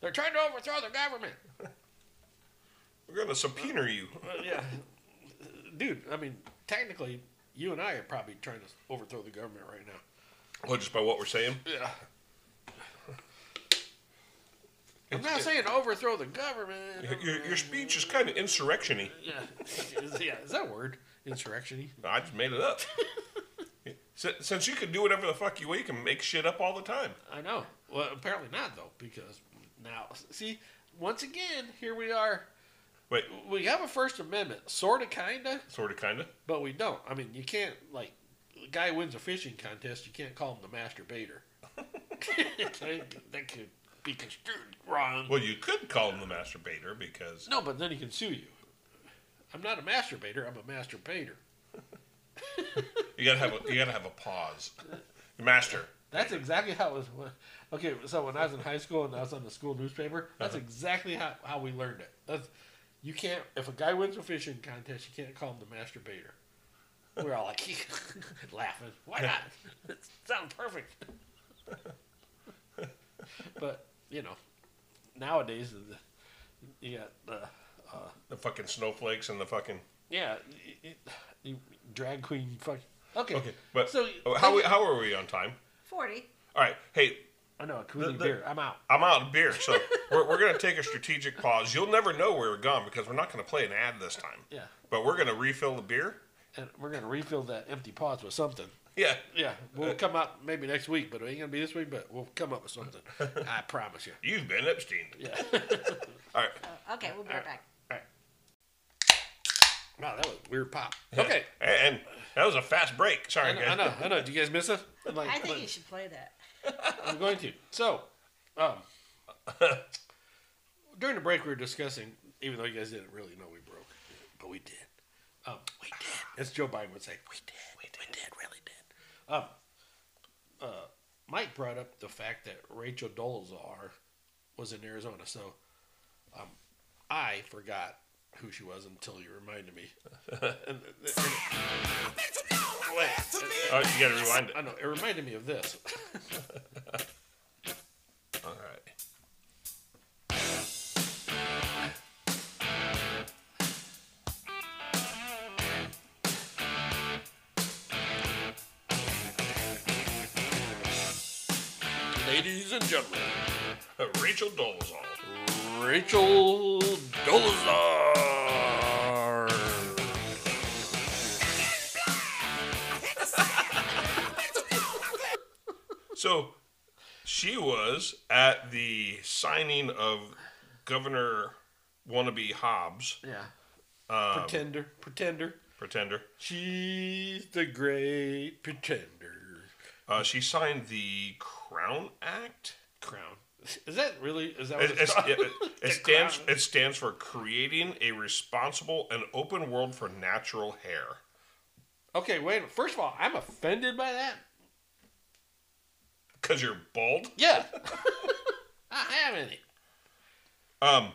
they're trying to overthrow the government. We're gonna subpoena you. But yeah, dude. I mean, technically, you and I are probably trying to overthrow the government right now. Well, just by what we're saying. Yeah. I'm not saying overthrow the government. Your, your speech is kind of insurrection-y. Yeah, is, yeah, is that a word insurrection? I just made it up. Si- Since you can do whatever the fuck you want, you can make shit up all the time. I know. Well, apparently not though, because now see, once again, here we are. Wait, We have a First Amendment, sort of, kind of, sort of, kind of. but we don't. I mean, you can't, like, a guy wins a fishing contest, you can't call him the masturbator. that could be construed wrong. Well, you could call him the masturbator because No, but then he can sue you. I'm not a masturbator, I'm a masturbator. you gotta have a, you gotta have a pause. Master, That's exactly how it was. Okay, so when I was in high school and I was on the school newspaper, that's Uh-huh. exactly how, how we learned it. That's you can't if a guy wins a fishing contest, you can't call him the masturbator. We're all like laughing. Why not? It sounds perfect. but you know, nowadays the, you got the the fucking snowflakes and the fucking yeah y- y- you- drag queen fuck. Okay, okay. But oh, so how we, how are we on time? Forty. All right, hey, I know a queen the- beer. I'm out. I'm out of beer, so we're, we're going to take a strategic pause. You'll never know where we're gone because we're not going to play an ad this time. Yeah. But we're going to refill the beer. and we're gonna refill that empty pods with something. Yeah. Yeah, we'll come up maybe next week, but it ain't gonna be this week. But we'll come up with something. I promise you. You've been Epstein. Yeah. All right. Okay, we'll be Uh, right back. Wow, that was a weird pop. Okay, And, and that was a fast break. Sorry, I know, guys. I know. I know. Do you guys miss it? I'm, like, I think like, you should play that. I'm going to. So, um, during the break, we were discussing, even though you guys didn't really know we broke, but we did. Um, we did. As Joe Biden would say, we did. We did. We did really did. Um, uh, Mike brought up the fact that Rachel Dolezal was in Arizona. So um, I forgot who she was until you reminded me. and, and- Oh, you got to rewind it. I know. It reminded me of this. All right. Ladies and gentlemen, Rachel Dolezal. Rachel Dolezal. So she was at the signing of Governor Wannabe Hobbs, Yeah. pretender, pretender. pretender. She's the great pretender. Uh, she signed the Crown Act. Crown. Is that really? Is that It, what it's, it's- called? it- it- it The stands. crown. It stands for creating a responsible and open world for natural hair. Okay, wait. First of all, I'm offended by that. Cause you're bald. Yeah. I have any. Um,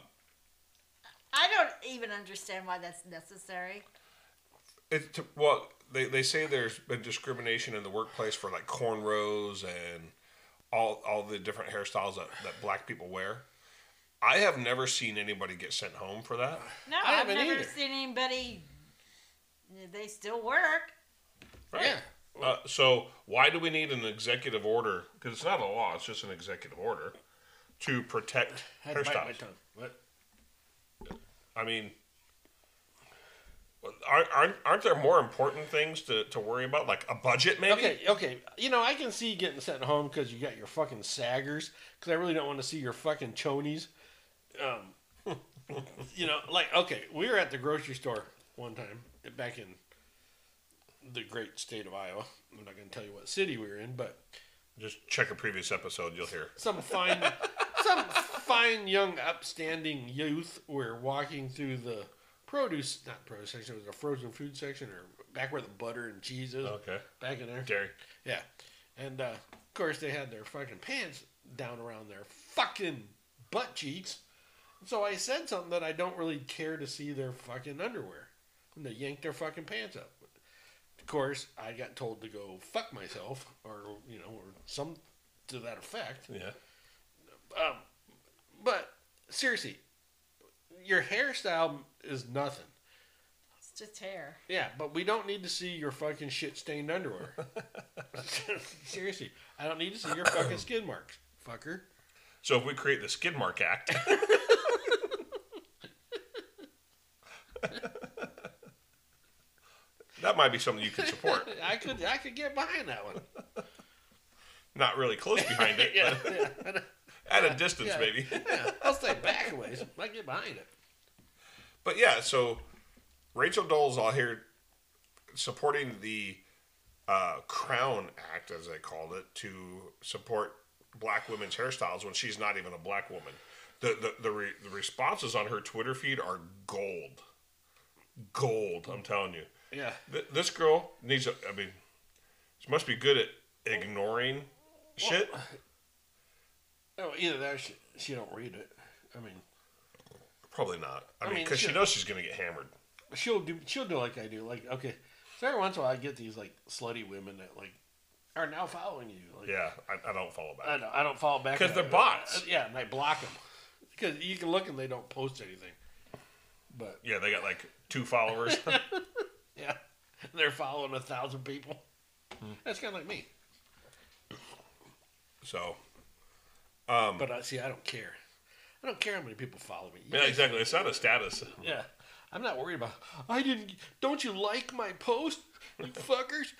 I don't even understand why that's necessary. it, to, well, they, they say there's been discrimination in the workplace for like cornrows and all all the different hairstyles that, that black people wear. I have never seen anybody get sent home for that. No, I I've haven't never either. seen anybody. They still work. Yeah. Uh, so why do we need an executive order? Because it's not a law; it's just an executive order to protect I had to bite my hairstyles. tongue. What? I mean, aren't, aren't, aren't there more important things to, to worry about? Like a budget, maybe? Okay, okay. You know, I can see you getting sent home because you got your fucking saggers. Because I really don't want to see your fucking chonies. Um, you know, like okay, we were at the grocery store one time eh, back in the great state of Iowa. I'm not going to tell you what city we were in, but Just check a previous episode, you'll hear. some fine, some fine young upstanding youth were walking through the produce, not produce section, it was a frozen food section, or back where the butter and cheese is. Okay. back in there. Dairy. Yeah. And uh, of course they had their fucking pants down around their fucking butt cheeks. So I said something that I don't really care to see their fucking underwear. And they yanked their fucking pants up. Of course, I got told to go fuck myself or you know, or some to that effect. Yeah. But seriously, your hairstyle is nothing. It's just hair. Yeah, but we don't need to see your fucking shit stained underwear. Seriously, I don't need to see your fucking skin marks, fucker. So if we create the Skidmark Act, that might be something you can support. I could I could get behind that one. Not really close behind it, Yeah, but at a distance, Yeah. maybe. yeah. I'll stay back a ways. I can get behind it. But yeah, so Rachel Dole's all here supporting the uh, Crown Act, as they called it, to support black women's hairstyles when she's not even a black woman. The the the, re- the responses on her Twitter feed are gold, gold. I'm telling you. Yeah. Th- this girl needs. A, I mean, she must be good at ignoring shit. No, Oh, either that or she, she don't read it. I mean, Probably not. I, I mean, mean, because she shit. knows she's gonna get hammered. she'll do she'll do like I do. Like okay, so every once in a while I get these like slutty women that like are now following you. Like, Yeah, I, I don't follow back. I don't, I don't follow back 'Cause on they're that. bots. Yeah, and I block them because you can look and they don't post anything. But yeah, they got like two followers. yeah, they're following a thousand people. Hmm. That's kind of like me. so Um, But I see, I don't care. I don't care how many people follow me. You yeah, guys- exactly. It's not a status. Yeah. I'm not worried about. I didn't. Don't you like my post, you fuckers?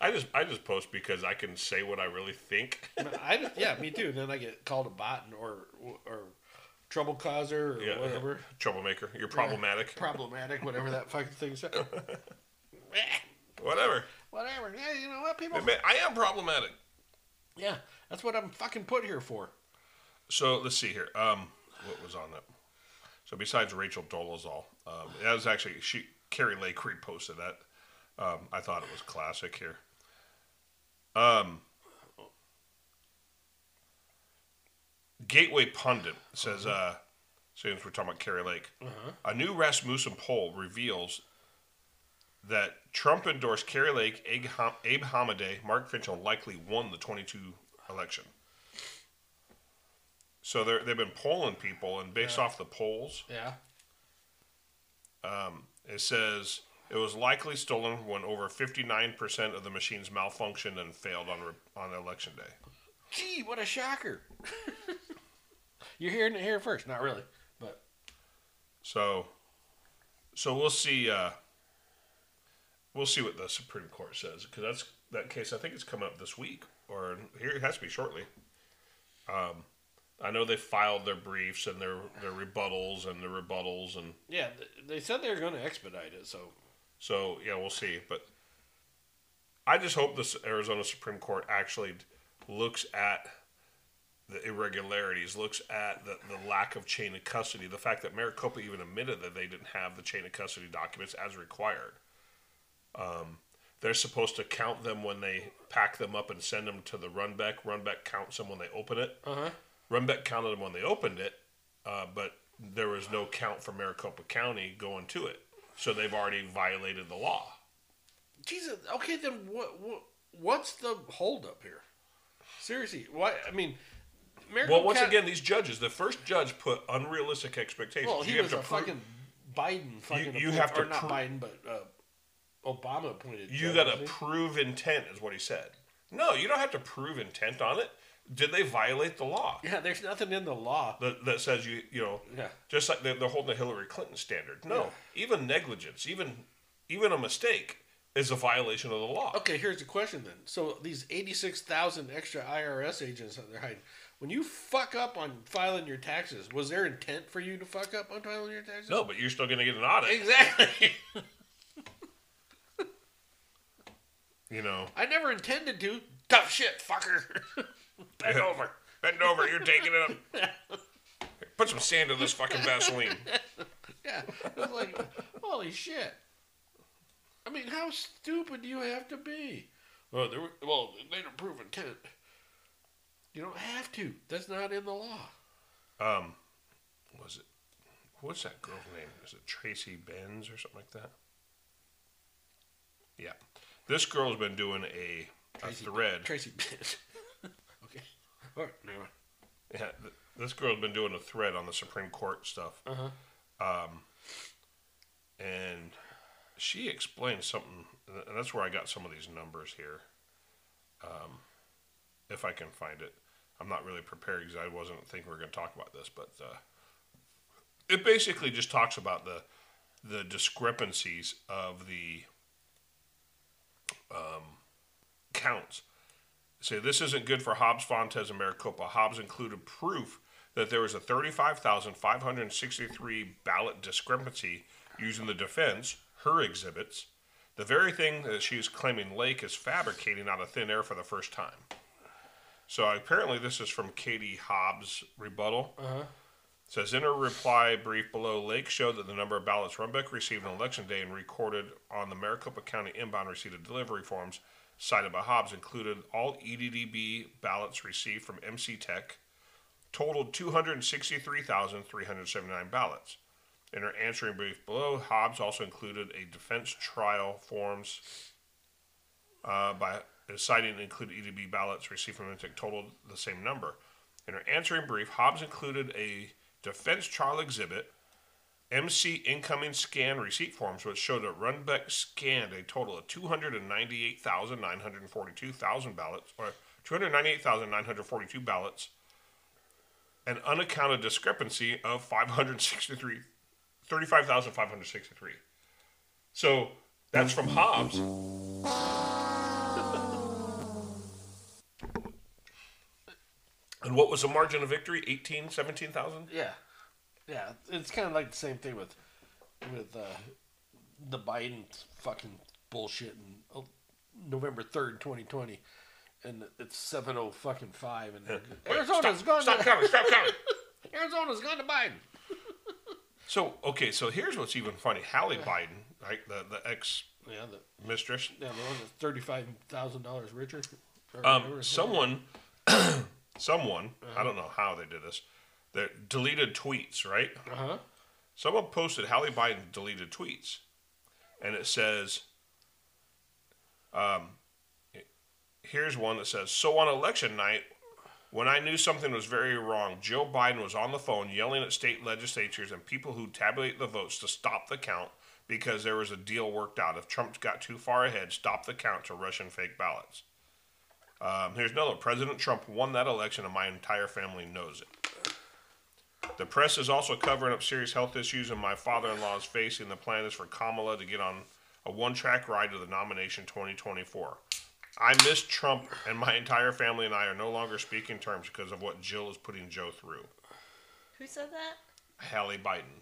I just I just post because I can say what I really think. I don't- yeah, me too. Then I get called a bot and- or or trouble causer or Yeah. whatever, Troublemaker. You're problematic. problematic, whatever that fucking thing said. Eh, Whatever. whatever. Yeah, you know what, people. Admit, I am problematic. Yeah, that's what I'm fucking put here for. So let's see here. Um, what was on that? So besides Rachel Dolezal, um, that was actually she Carrie Lake posted that. Um, I thought it was classic here. Um, Gateway Pundit says, uh, since we're talking about Carrie Lake, a new Rasmussen poll reveals that Trump endorsed Carrie Lake, Abe Hom- Abe Hamaday, Mark Finchel likely won the 22 election. So they're, they've been polling people, and based off the polls, Yeah. it says it was likely stolen when over 59% of the machines malfunctioned and failed on, re- on election day. Gee, what a shocker. You're hearing it here first. Not really, but So, so we'll see. Uh, we'll see what the Supreme Court says because that's that case. I think it's coming up this week, or here it has to be shortly. Um, I know they filed their briefs and their their rebuttals and their rebuttals, and yeah, th- they said they were going to expedite it. So so yeah, we'll see. But I just hope this Arizona Supreme Court actually looks at the irregularities, looks at the, the lack of chain of custody, the fact that Maricopa even admitted that they didn't have the chain of custody documents as required. Um, they're supposed to count them when they pack them up and send them to the runback. Runback counts them when they open it. Uh-huh. Runbeck counted them when they opened it, uh, but there was no count for Maricopa County going to it. So they've already violated the law. Jesus. Okay, then what? what what's the holdup here? Seriously, why? I mean, American Well, once Cat- again, these judges, the first judge put unrealistic expectations. well, he you have was to a prove, fucking Biden fucking. you appoint- have to or not prove- Biden, but uh, Obama appointed. you judge, got to wasn't he? prove intent, is what he said. No, you don't have to prove intent on it. Did they violate the law Yeah, there's nothing in the law. that, that says you, you know, Yeah. just like they're, they're holding the Hillary Clinton standard? No, even negligence, even even a mistake, is a violation of the law. Okay, here's the question then. So these eighty-six thousand extra IRS agents that they're hiding. When you fuck up on filing your taxes, was there intent for you to fuck up on filing your taxes? No, but you're still going to get an audit. Exactly. You know, I never intended to. Tough shit, fucker. Bend Yeah. over. bend over. You're taking it up. Put some sand in this fucking Vaseline. Yeah. It's like, holy shit. I mean, how stupid do you have to be? Well, there were, well, they didn't prove intent. You don't have to. That's not in the law. Um, was it? What's that girl's name? Is it Tracy Benz or something like that? Yeah, this girl's been doing a, a thread. Tracy Benz. okay. All right, never mind. Yeah, th- this girl's been doing a thread on the Supreme Court stuff. Uh-huh. Um, and she explained something, and that's where I got some of these numbers here. Um, if I can find it, I'm not really prepared because I wasn't thinking we were going to talk about this, but uh, it basically just talks about the the discrepancies of the um, counts. Say this isn't good for Hobbs, Fontes, and Maricopa. Hobbs included proof that there was a 35,563 ballot discrepancy using the defense, her exhibits, the very thing that she is claiming Lake is fabricating out of thin air for the first time. So apparently, this is from Katie Hobbs' rebuttal. Uh-huh. Says in her reply brief below, Lake showed that the number of ballots Rumbeck received on election day and recorded on the Maricopa County inbound receipt of delivery forms cited by Hobbs included all E EDDB ballots received from MC Tech, totaled 263,379 ballots. In her answering brief below, Hobbs also included a defense trial forms uh, by citing and included EDB ballots received from Intech totaled the same number. In her answering brief, Hobbs included a defense trial exhibit, MC incoming scan receipt forms, which showed that Runbeck scanned a total of 298,942 thousand ballots, or 298,942 ballots, an unaccounted discrepancy of 563, 35,563. So that's from Hobbs. And what was the margin of victory? 18, 17,000? Yeah, yeah. It's kind of like the same thing with with uh, the Biden fucking bullshit in uh, November third, twenty twenty, and it's seven oh fucking five, and Arizona's stop, gone. Stop to, counting, stop counting. Arizona's gone to Biden. So, okay, so here's what's even funny. Hallie Biden, right, the, the ex Yeah, the mistress, yeah, the one that's thirty five thousand dollars richer. or whatever. um, someone, someone, I don't know how they did this, that deleted tweets, right? Uh-huh. Someone posted Hallie Biden deleted tweets, and it says, um, here's one that says, "So on election night, when I knew something was very wrong, Joe Biden was on the phone yelling at state legislatures and people who tabulate the votes to stop the count because there was a deal worked out. If Trump got too far ahead, stop the count to Russian fake ballots." Um, here's another. one. President Trump won that election, and my entire family knows it. The press is also covering up serious health issues, and my father in law is facing the plan is for Kamala to get on a one track ride to the nomination 2024. I miss Trump, and my entire family and I are no longer speaking terms because of what Jill is putting Joe through. Who said that? Hallie Biden.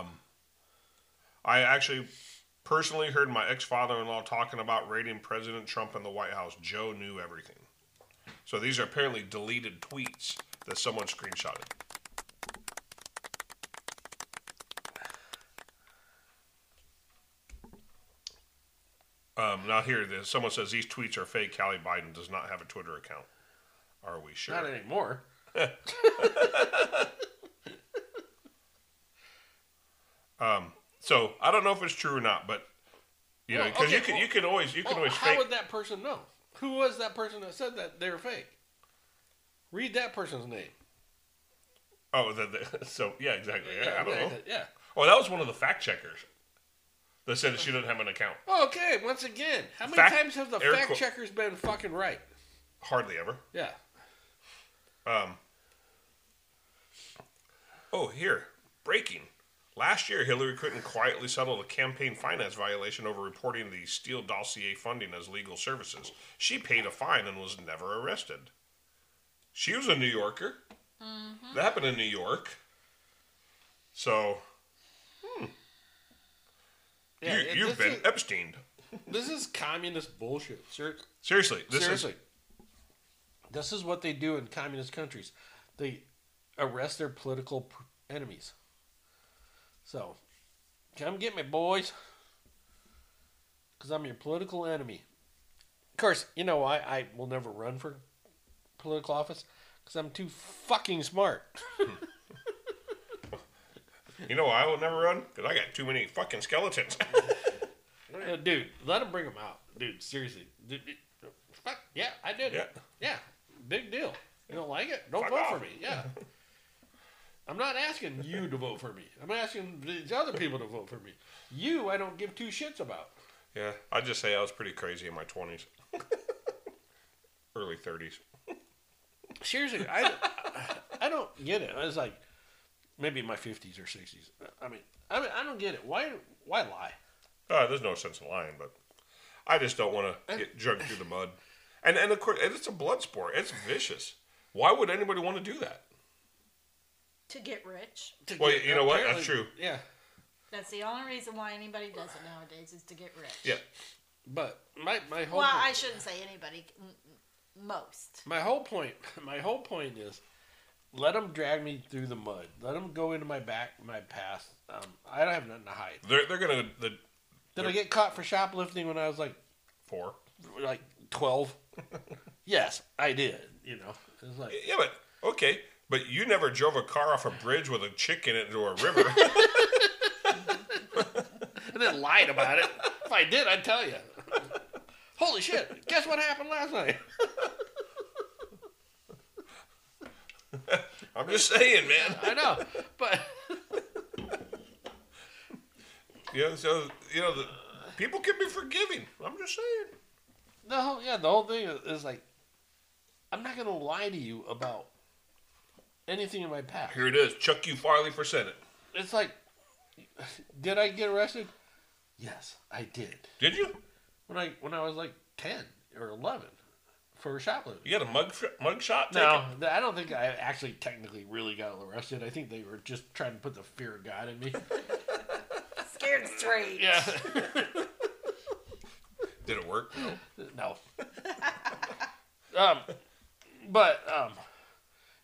Um, I actually personally heard my ex father in law talking about raiding President Trump in the White House. Joe knew everything. So these are apparently deleted tweets that someone screenshotted. Um, now here, there's- someone says these tweets are fake. Hallie Biden does not have a Twitter account. Are we sure? Not anymore. So I don't know if it's true or not, but you know, Well, 'cause okay, you can well- you can always you can Well, always how fake. would that person know? Who was that person that said that they were fake? Read that person's name. oh, the, the, so yeah, exactly. Yeah, I don't know. exactly, Yeah. Oh, that was one of the fact checkers that said that she doesn't have an account. Okay, once again, how many Fact- times have the air fact quote- checkers been fucking right? Hardly ever. Yeah. Oh, here, breaking. Last year, Hillary Clinton quietly settled a campaign finance violation over reporting the Steele dossier funding as legal services. She paid a fine and was never arrested. She was a New Yorker. That happened in New York. So, hmm. Yeah, you, it- you've this been is- Epsteined. This is communist bullshit. Ser- Seriously, this Seriously. is this is what they do in communist countries. They arrest their political pr- enemies. So, come get me, boys. Because I'm your political enemy. Of course, you know why I will never run for political office? Because I'm too fucking smart. you know why I will never run because I got too many fucking skeletons. Uh, dude, let him bring him out, dude. Seriously, dude, it- fuck yeah, I did it. Yeah. Yeah, big deal. You don't like it? Don't Fuck vote off. for me. Yeah, I'm not asking you to vote for me. I'm asking these other people to vote for me. You, I don't give two shits about. yeah, I just say I was pretty crazy in my twenties, early thirties. Seriously, I, I don't get it. I was like, maybe in my fifties or sixties. I mean, I mean, I don't get it. Why, why lie? Uh, there's no sense in lying, but I just don't want to get dragged through the mud. And and of course, and it's a blood sport. It's vicious. Why would anybody want to do that? to get rich. To Well, get- you know what? That's apparently- true. Yeah, That's the only reason why anybody does it nowadays is to get rich. Yeah. but my my whole Well, point- I shouldn't say anybody. m- m- Most. my whole point my whole point is let them drag me through the mud. Let them go into my back my past. Um, I don't have nothing to hide. They're they're gonna the Did I get caught for shoplifting when I was like four. like twelve? yes, I did. You know, it's like Yeah, but okay. But you never drove a car off a bridge with a chick in it into a river. and then lied about it. If I did, I'd tell you. Holy shit! Guess what happened last night? I'm just saying, man. I know, but You know, so you know, the, people can be forgiving. I'm just saying. the whole yeah the whole thing is, is like I'm not gonna lie to you about anything in my past. Here it is. Chuck U. Farley for Senate. it's like, did I get arrested? Yes, I did. Did you? When I when I was like ten or eleven for shoplifting. You got a mug sh- mug shot? No, th- I don't think I actually technically really got arrested. I think they were just trying to put the fear of God in me. Scared straight. yeah. taken? Did it work? No. no. um, but um,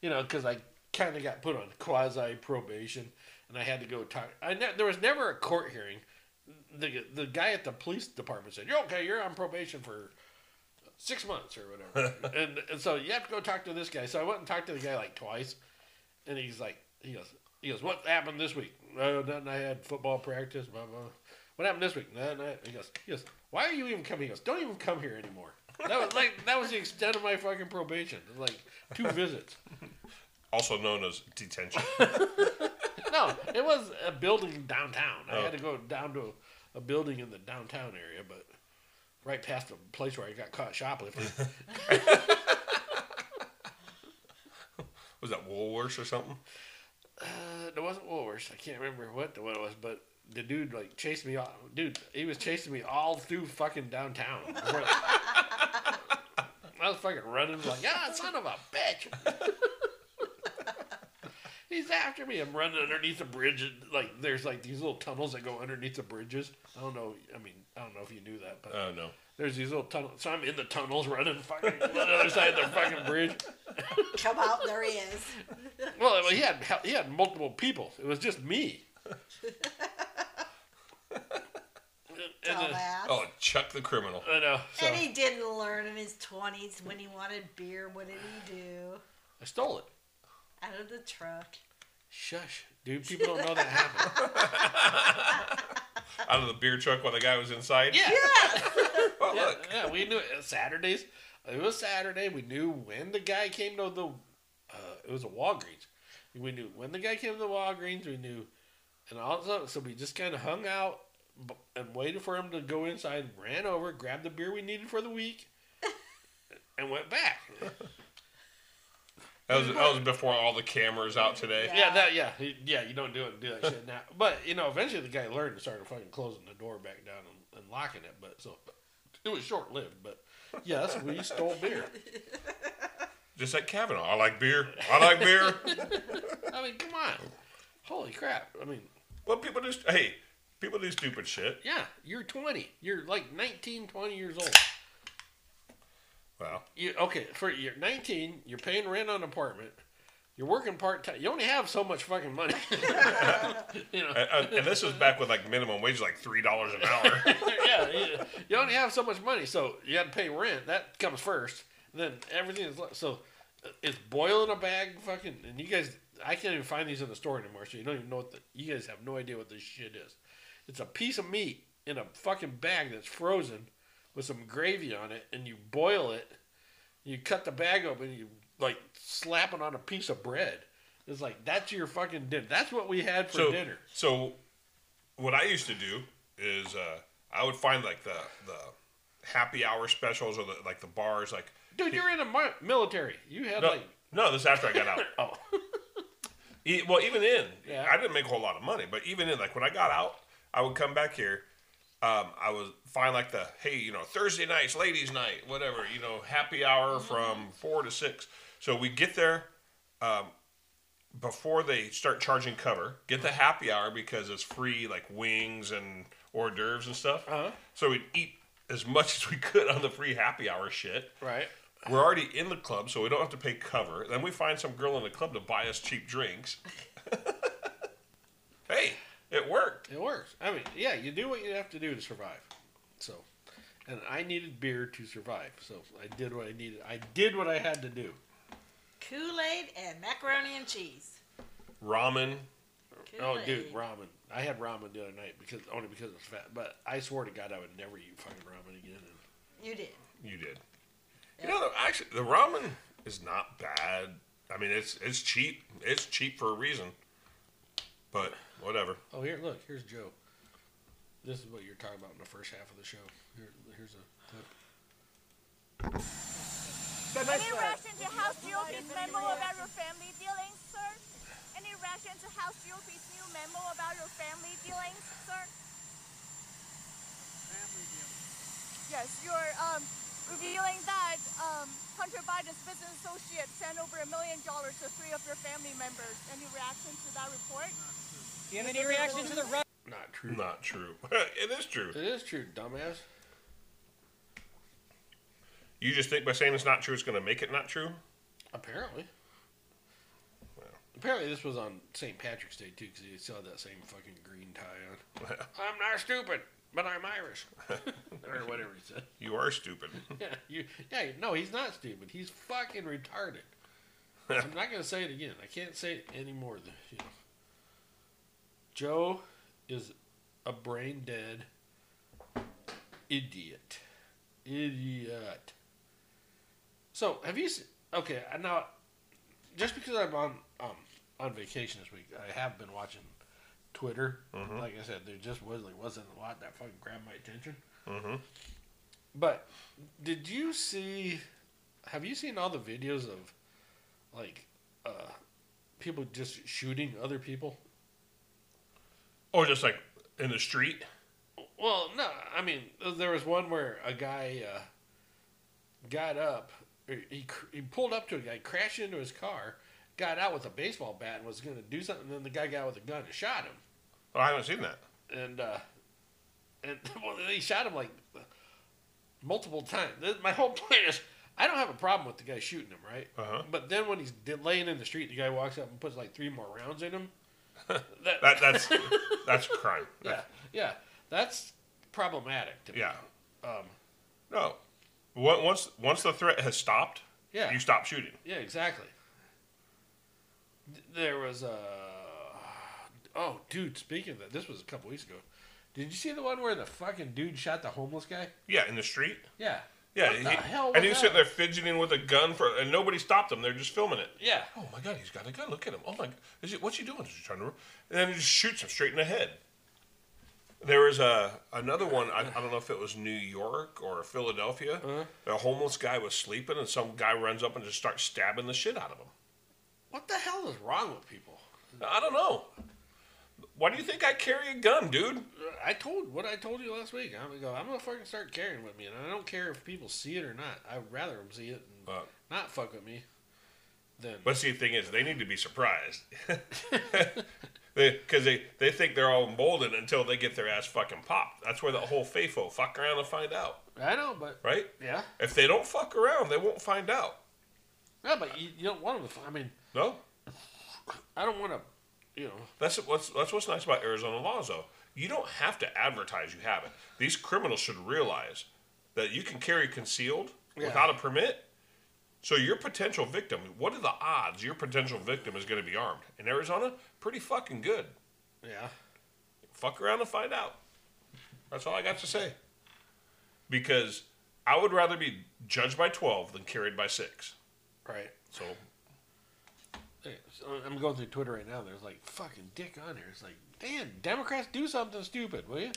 you know, because I kind of got put on quasi probation, and I had to go talk. I ne- there was never a court hearing. The the guy at the police department said, "You're okay. You're on probation for." Six months or whatever, and, and so you have to go talk to this guy. So I went and talked to the guy like twice, and he's like, he goes, he goes, what happened this week? No, nothing. I had football practice. Blah blah. What happened this week? Nothing. I, he goes, he goes, why are you even coming? He goes, don't even come here anymore. That was like that was the extent of my fucking probation. Like two visits. Also known as detention. No, it was a building downtown. I had to go down to a, building in the downtown area, but right past the place where I got caught shoplifting. Was that Woolworths or something? Uh, it wasn't Woolworths. I can't remember what the one it was, but the dude like chased me. All, dude, he was chasing me all through fucking downtown. I was fucking running like, ah, son of a bitch. He's after me. I'm running underneath the bridge. and, Like there's like these little tunnels that go underneath the bridges. I don't know. I mean, I don't know if you knew that, but Oh no. there's these little tunnels. So I'm in the tunnels, running fucking on the other side of the fucking bridge. Come out, there he is. Well, he had he had multiple people. It was just me. and, uh, Dumbass. Oh, Chuck the criminal. I know. So And he didn't learn in his 20s when he wanted beer. What did he do? I stole it. Out of the truck. Shush, dude. People don't know that happened. Out of the beer truck while the guy was inside. yeah. Oh yeah, look. yeah, we knew it. Saturdays. It was Saturday. We knew when the guy came to the. Uh, it was a Walgreens. We knew when the guy came to the Walgreens. We knew, and also so we just kind of hung out b- and waited for him to go inside. Ran over, grabbed the beer we needed for the week, and went back. That was that was before all the cameras out today. Yeah, that yeah he- yeah. You don't do it do that shit now. But you know, eventually the guy learned and started fucking closing the door back down and, and locking it. But so it was short lived. But yes, we stole beer. Just like Kavanaugh. I like beer. I like beer. I mean, come on. Holy crap. I mean, well, people do. st- Hey, people do stupid shit. yeah, you're 20. You're like 19, 20 years old. Well, You okay, for you're 19, you're paying rent on an apartment. You're working part-time. You only have so much fucking money. you know. and, and- and this is back with like minimum wage, like three dollars an hour. yeah, you, you only have so much money, so you got to pay rent. That comes first. Then everything is le- so uh, it's boiling a bag, fucking. And you guys, I can't even find these in the store anymore. So you don't even know what the, you guys have no idea what this shit is. It's a piece of meat in a fucking bag that's frozen with some gravy on it, and you boil it. You cut the bag open, you like slap it on a piece of bread. It's like that's your fucking dinner. That's what we had for so, dinner. so what I used to do is uh, I would find like the the happy hour specials or the, like the bars. Like Dude, you're in the mi- military. You had no, like no, this is after I got out. oh. E- well, even in, Yeah. I didn't make a whole lot of money, but even in, like when I got out, I would come back here um, I was find like the hey, you know, Thursday nights, ladies' night, whatever, you know, happy Mm-hmm. hour from four to six. So we get there um, before they start charging cover. Get the happy hour because it's free, like wings and hors d'oeuvres and stuff. Uh-huh. So we'd eat as much as we could on the free happy hour shit. Right. We're already in the club, so we don't have to pay cover. Then we find some girl in the club to buy us cheap drinks. hey, it worked. It works. I mean, yeah, you do what you have to do to survive. So, and I needed beer to survive. So I did what I needed. I did what I had to do. Kool Aid and macaroni and cheese. Ramen. Oh, dude, Kool-Aid. ramen. I had ramen the other night because only because it was fat. But I swore to God I would never eat fucking ramen again. And You did. You did. You know, actually, the ramen is not bad. I mean, it's it's cheap. It's cheap for a reason. But whatever. oh, here, look, here's Joe. This is what you're talking about in the first half of the show. Here, here's a clip. Any reaction to House GOP's memo about your family dealings, sir? Any reaction to House GOP's new memo about your family dealings, sir? Family dealings. Yes, you're um, revealing that um, Hunter Biden's business associates sent over a million dollars to three of your family members. Any reaction to that report? Do you have any reaction to the Russian? Not true. Not true. it is true. It is true, dumbass. You just think by saying it's not true, it's going to make it not true. Apparently. Well. Apparently, this was on St. Patrick's Day too, because he still had that same fucking green tie on. I'm not stupid, but I'm Irish, or whatever he said. You are stupid. Yeah, you, yeah, no, he's not stupid. He's fucking retarded. I'm not gonna say it again. I can't say it any more than you know. Joe is a brain dead idiot. Idiot. So have you? s okay, I now just because I'm on um, on vacation this week, I have been watching Twitter. Like I said, there just was like wasn't a lot that fucking grabbed my attention. But did you see? Have you seen all the videos of like uh, people just shooting other people? Or just like in the street. Well, no. I mean, there was one where a guy uh, got up. or He cr- he pulled up to a guy, crashed into his car, got out with a baseball bat, and was going to do something. And then the guy got out with a gun and shot him. Oh, I haven't seen that. and uh, and well, they shot him like multiple times. Th- My whole point is, I don't have a problem with the guy shooting him, right? Uh-huh. But then when he's de- laying in the street, the guy walks up and puts like three more rounds in him. that, That that's that's crime. yeah, yeah, that's problematic. To me. Yeah. Um, No. Once once- once the threat has stopped, yeah, you stop shooting. yeah, exactly. Th- There was a oh, dude. Speaking of that, this was a couple weeks ago. Did you see the one where the fucking dude shot the homeless guy? Yeah, in the street. Yeah. Yeah, What he, the hell and was he was that? sitting there fidgeting with a gun for, and nobody stopped him. They're just filming it. Yeah. Oh my god, he's got a gun. Look at him. Oh my, g- is it? What's he doing? Is he trying to? And then he just shoots him straight in the head. There was a another one. I, I don't know if it was New York or Philadelphia. The homeless guy was sleeping, and some guy runs up and just starts stabbing the shit out of him. What the hell is wrong with people? I don't know. Why do you think I carry a gun, dude? I told what I told you last week. I'm gonna go. I'm gonna fucking start carrying with me, and I don't care if people see it or not. I'd rather them see it and Uh, not fuck with me than But see, the thing is, they need to be surprised. Because they, they think they're all molded until they get their ass fucking popped. That's where the whole FAFO, fuck around and find out, I know. But right? yeah, If they don't fuck around, they won't find out. no, but you, you don't want them to. I mean, No? I don't want to. You know, That's, what's, that's what's nice about Arizona laws, though. You don't have to advertise you have it. These criminals should realize that you can carry concealed Yeah. without a permit. So your potential victim, what are the odds your potential victim is going to be armed? In Arizona, pretty fucking good. yeah, fuck around and find out. That's all I got to say. Because I would rather be judged by 12 than carried by 6. right. So, Hey, so I'm going through Twitter right now. There's like fucking dick on here. It's like, damn, Democrats do something stupid, will you?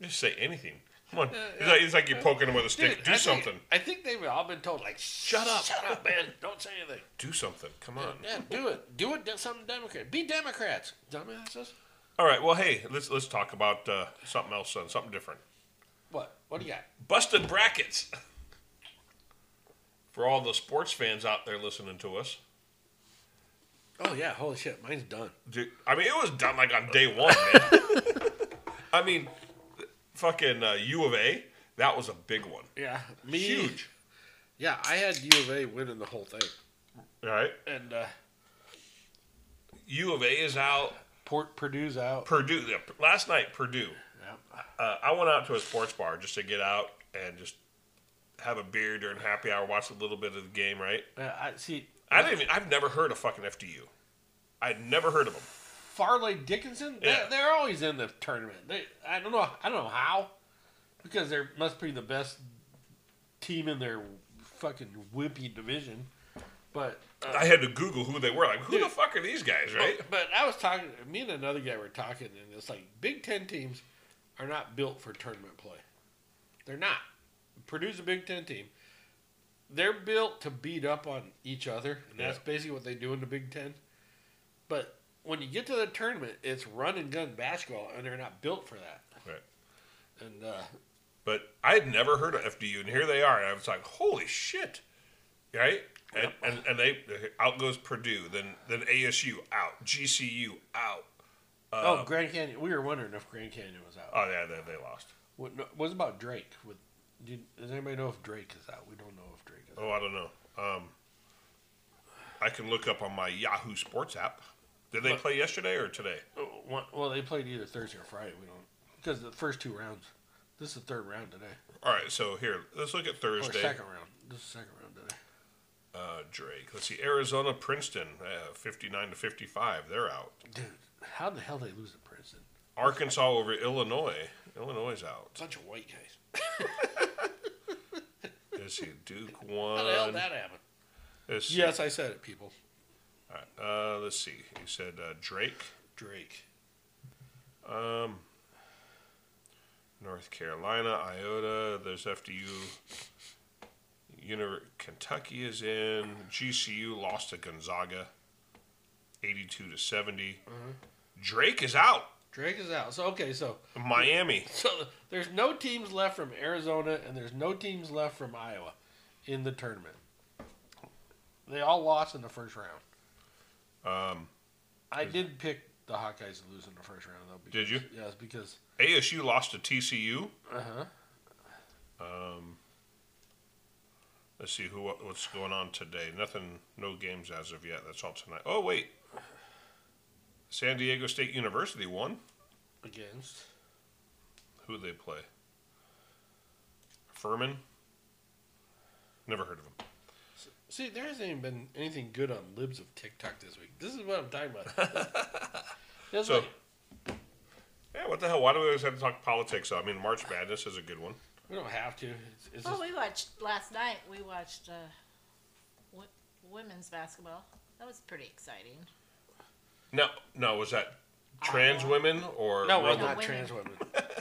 just say anything. Come on. It's like, it's like you're poking them with a stick. Uh, Dude, Do I think- something. I think they've all been told like, shut up, shut up, man, don't say anything. Do something. Come on. Yeah, do it. Do it. Do something Democrat. Be Democrats, dumbasses. All right. Well, hey, let's let's talk about uh, something else, son. Something different. What? What do you got? Busted brackets. For all the sports fans out there listening to us, Oh yeah, holy shit, mine's done. Dude, I mean, it was done like on day one, man. I mean, th- fucking uh, U of A, that was a big one. Yeah, me. Huge. Yeah, I had U of A winning the whole thing, All right. and uh, U of A is out. Port Purdue's out. Purdue, yeah, last night, Purdue. Yeah. Uh, I went out to a sports bar just to get out and just have a beer during happy hour, watch a little bit of the game, right? Uh, I see. I didn't even, I've never heard of fucking FDU. I'd never heard of them. Farley Dickinson. They, Yeah. They're always in the tournament. They, I don't know. I don't know how, because they must be the best team in their fucking wimpy division. But uh, I had to Google who they were. Like, who the Dude. fuck are these guys, right? but I was talking. Me and another guy were talking, and it's like Big Ten teams are not built for tournament play. They're not. Purdue's a Big Ten team. They're built to beat up on each other, and that's Yeah. basically what they do in the Big Ten. But when you get to the tournament, it's run and gun basketball, and they're not built for that. Right. And uh, But I had never heard of FDU, and here they are. And I was like, holy shit, right? And, and, and they out goes Purdue, then then ASU out, GCU out. Uh, oh, Grand Canyon. We were wondering if Grand Canyon was out. Oh yeah, they, they lost. what, no, what about Drake? With did, does anybody know if Drake is out? We don't know if Drake is. out. Oh, I don't know. Um, I can look up on my Yahoo Sports app. Did they play yesterday or today? Oh, one- Well, they played either Thursday or Friday. We don't because the first two rounds. This is the third round today, All right, so here let's look at or Thursday. second round. This is the second round today. Uh, Drake. Let's see, Arizona Princeton, uh, fifty-nine to fifty-five. They're out. Dude, how the hell they lose to Princeton? Arkansas over Illinois. Illinois is out. Bunch of white guys. Let's see, Duke How the hell one. that happen? Let's see. Yes, I said it, people. All right, uh, let's see. He said uh, Drake, Drake. um, North Carolina, Iota. There's FDU. Univer- Kentucky is in. GCU lost to Gonzaga, eighty-two to 70 Drake is out. Drake is out. So okay, so Miami. so there's no teams left from Arizona, and there's no teams left from Iowa in the tournament. They all lost in the first round. Um, I did pick the Hawkeyes to lose in the first round, though. Did because- you? Yes, because ASU lost to TCU. uh huh. Um, let's see who what, what's going on today. Nothing, no games as of yet. That's all tonight. Oh wait, San Diego State University won. Against Who they play? Furman. Never heard of him. See, there hasn't even been anything good on libs of TikTok this week. This is what I'm talking about. This So- week- Yeah, what the hell? Why do we always have to talk politics? I mean, March Madness is a good one. we don't have to. It's, it's Well, just, we watched last night. We watched uh, w- women's basketball. That was pretty exciting. No, no, was that trans women or no, we're no, not women. trans women.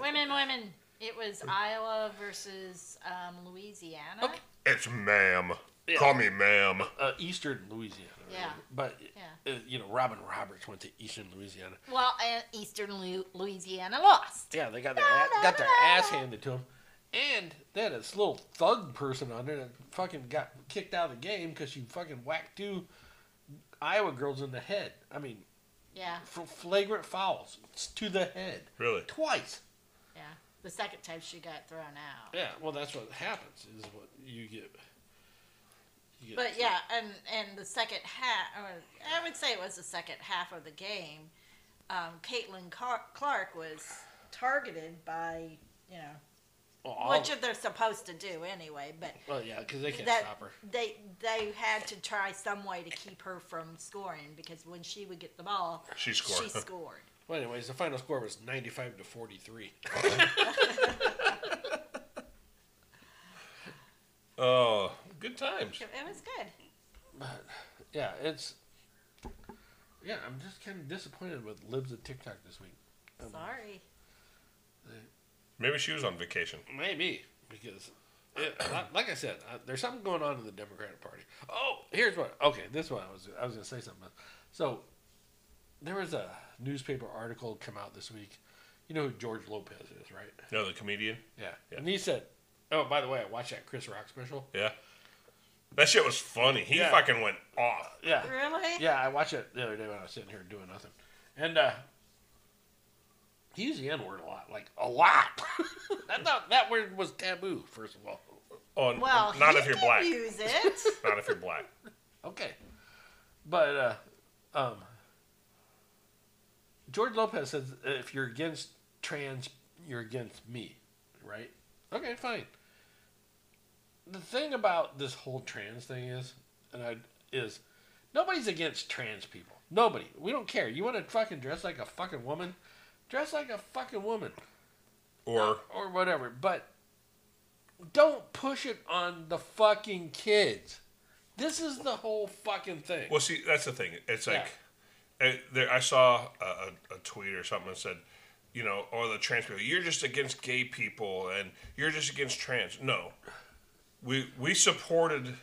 women, women. It was Iowa versus um, Louisiana. Okay. It's ma'am. Yeah. Call me ma'am. Uh, Eastern Louisiana. right? Yeah. But, Yeah. uh, you know, Robin Roberts went to Eastern Louisiana. Well, and Eastern Lu- Louisiana lost. Yeah, they got their, a- got their ass handed to them. And they had this little thug person on there that fucking got kicked out of the game because she fucking whacked two Iowa girls in the head. I mean, Yeah, for flagrant fouls It's to the head. Really? Twice. yeah. The second time she got thrown out. Yeah, well, that's what happens. Is what you get. you get- But yeah, and and the second half, or I would say it was the second half of the game. Um, Caitlin Car- Clark was targeted by you know well, all- which they're supposed to do anyway, but well, yeah, because they can't that stop her. they they had to try some way to keep her from scoring because when she would get the ball, She scored. she scored. Well, anyways, the final score was ninety-five to forty-three. Oh, good times. It, it was good. Yeah, it's. Yeah, I'm just kind of disappointed with libs of TikTok this week. Sorry. Maybe she was on vacation. Maybe because, it, like- like I said, uh, there's something going on in the Democratic Party. Oh, here's what. Okay, this one I was I was gonna say something. About. So, there was a newspaper article come out this week. You know who George Lopez is, right? No, the comedian. Yeah. And he said, "Oh, by the way, I watched that Chris Rock special." Yeah. That shit was funny. He Yeah. fucking went off. Yeah. Really? Yeah, I watched it the other day when I was sitting here doing nothing, and uh, he used the N word a lot, like a lot. that not, that word was taboo, first of all. On Well, not he if you're can black. use it. Not if you're black. Okay, but uh, um, George Lopez says if you're against trans, you're against me, right? Okay, fine. The thing about this whole trans thing is, and I is. Nobody's against trans people. Nobody. We don't care. You want to fucking dress like a fucking woman? Dress like a fucking woman Or or whatever. But don't push it on the fucking kids. This is the whole fucking thing. well, see, that's the thing. It's Yeah. like eh, there, I saw a, a, a tweet or something that said, you know, or the trans people. You're just against gay people, and you're just against trans. No, we we supported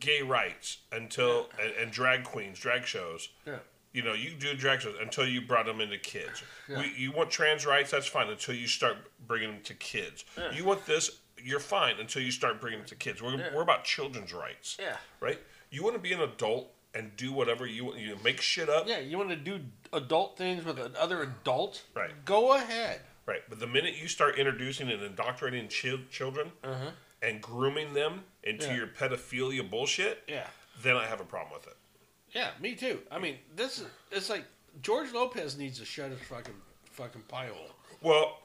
gay rights until and, and drag queens, drag shows. Yeah. You know, you do drag shows until you brought them into kids. Yeah. We, you want trans rights, that's fine until you start bringing them to kids. You want this, you're fine until you start bringing it to kids. We're, we're about children's rights. Yeah. Right? You want to be an adult and do whatever you want. You make shit up. Yeah, you want to do adult things with another adult? Right. Go ahead. Right. But the minute you start introducing and indoctrinating chil- children and grooming them into Uh-huh. Yeah. your pedophilia bullshit, Yeah. then I have a problem with it. Yeah, me too. I mean, this is it's like George Lopez needs to shut his fucking fucking pie hole. Well,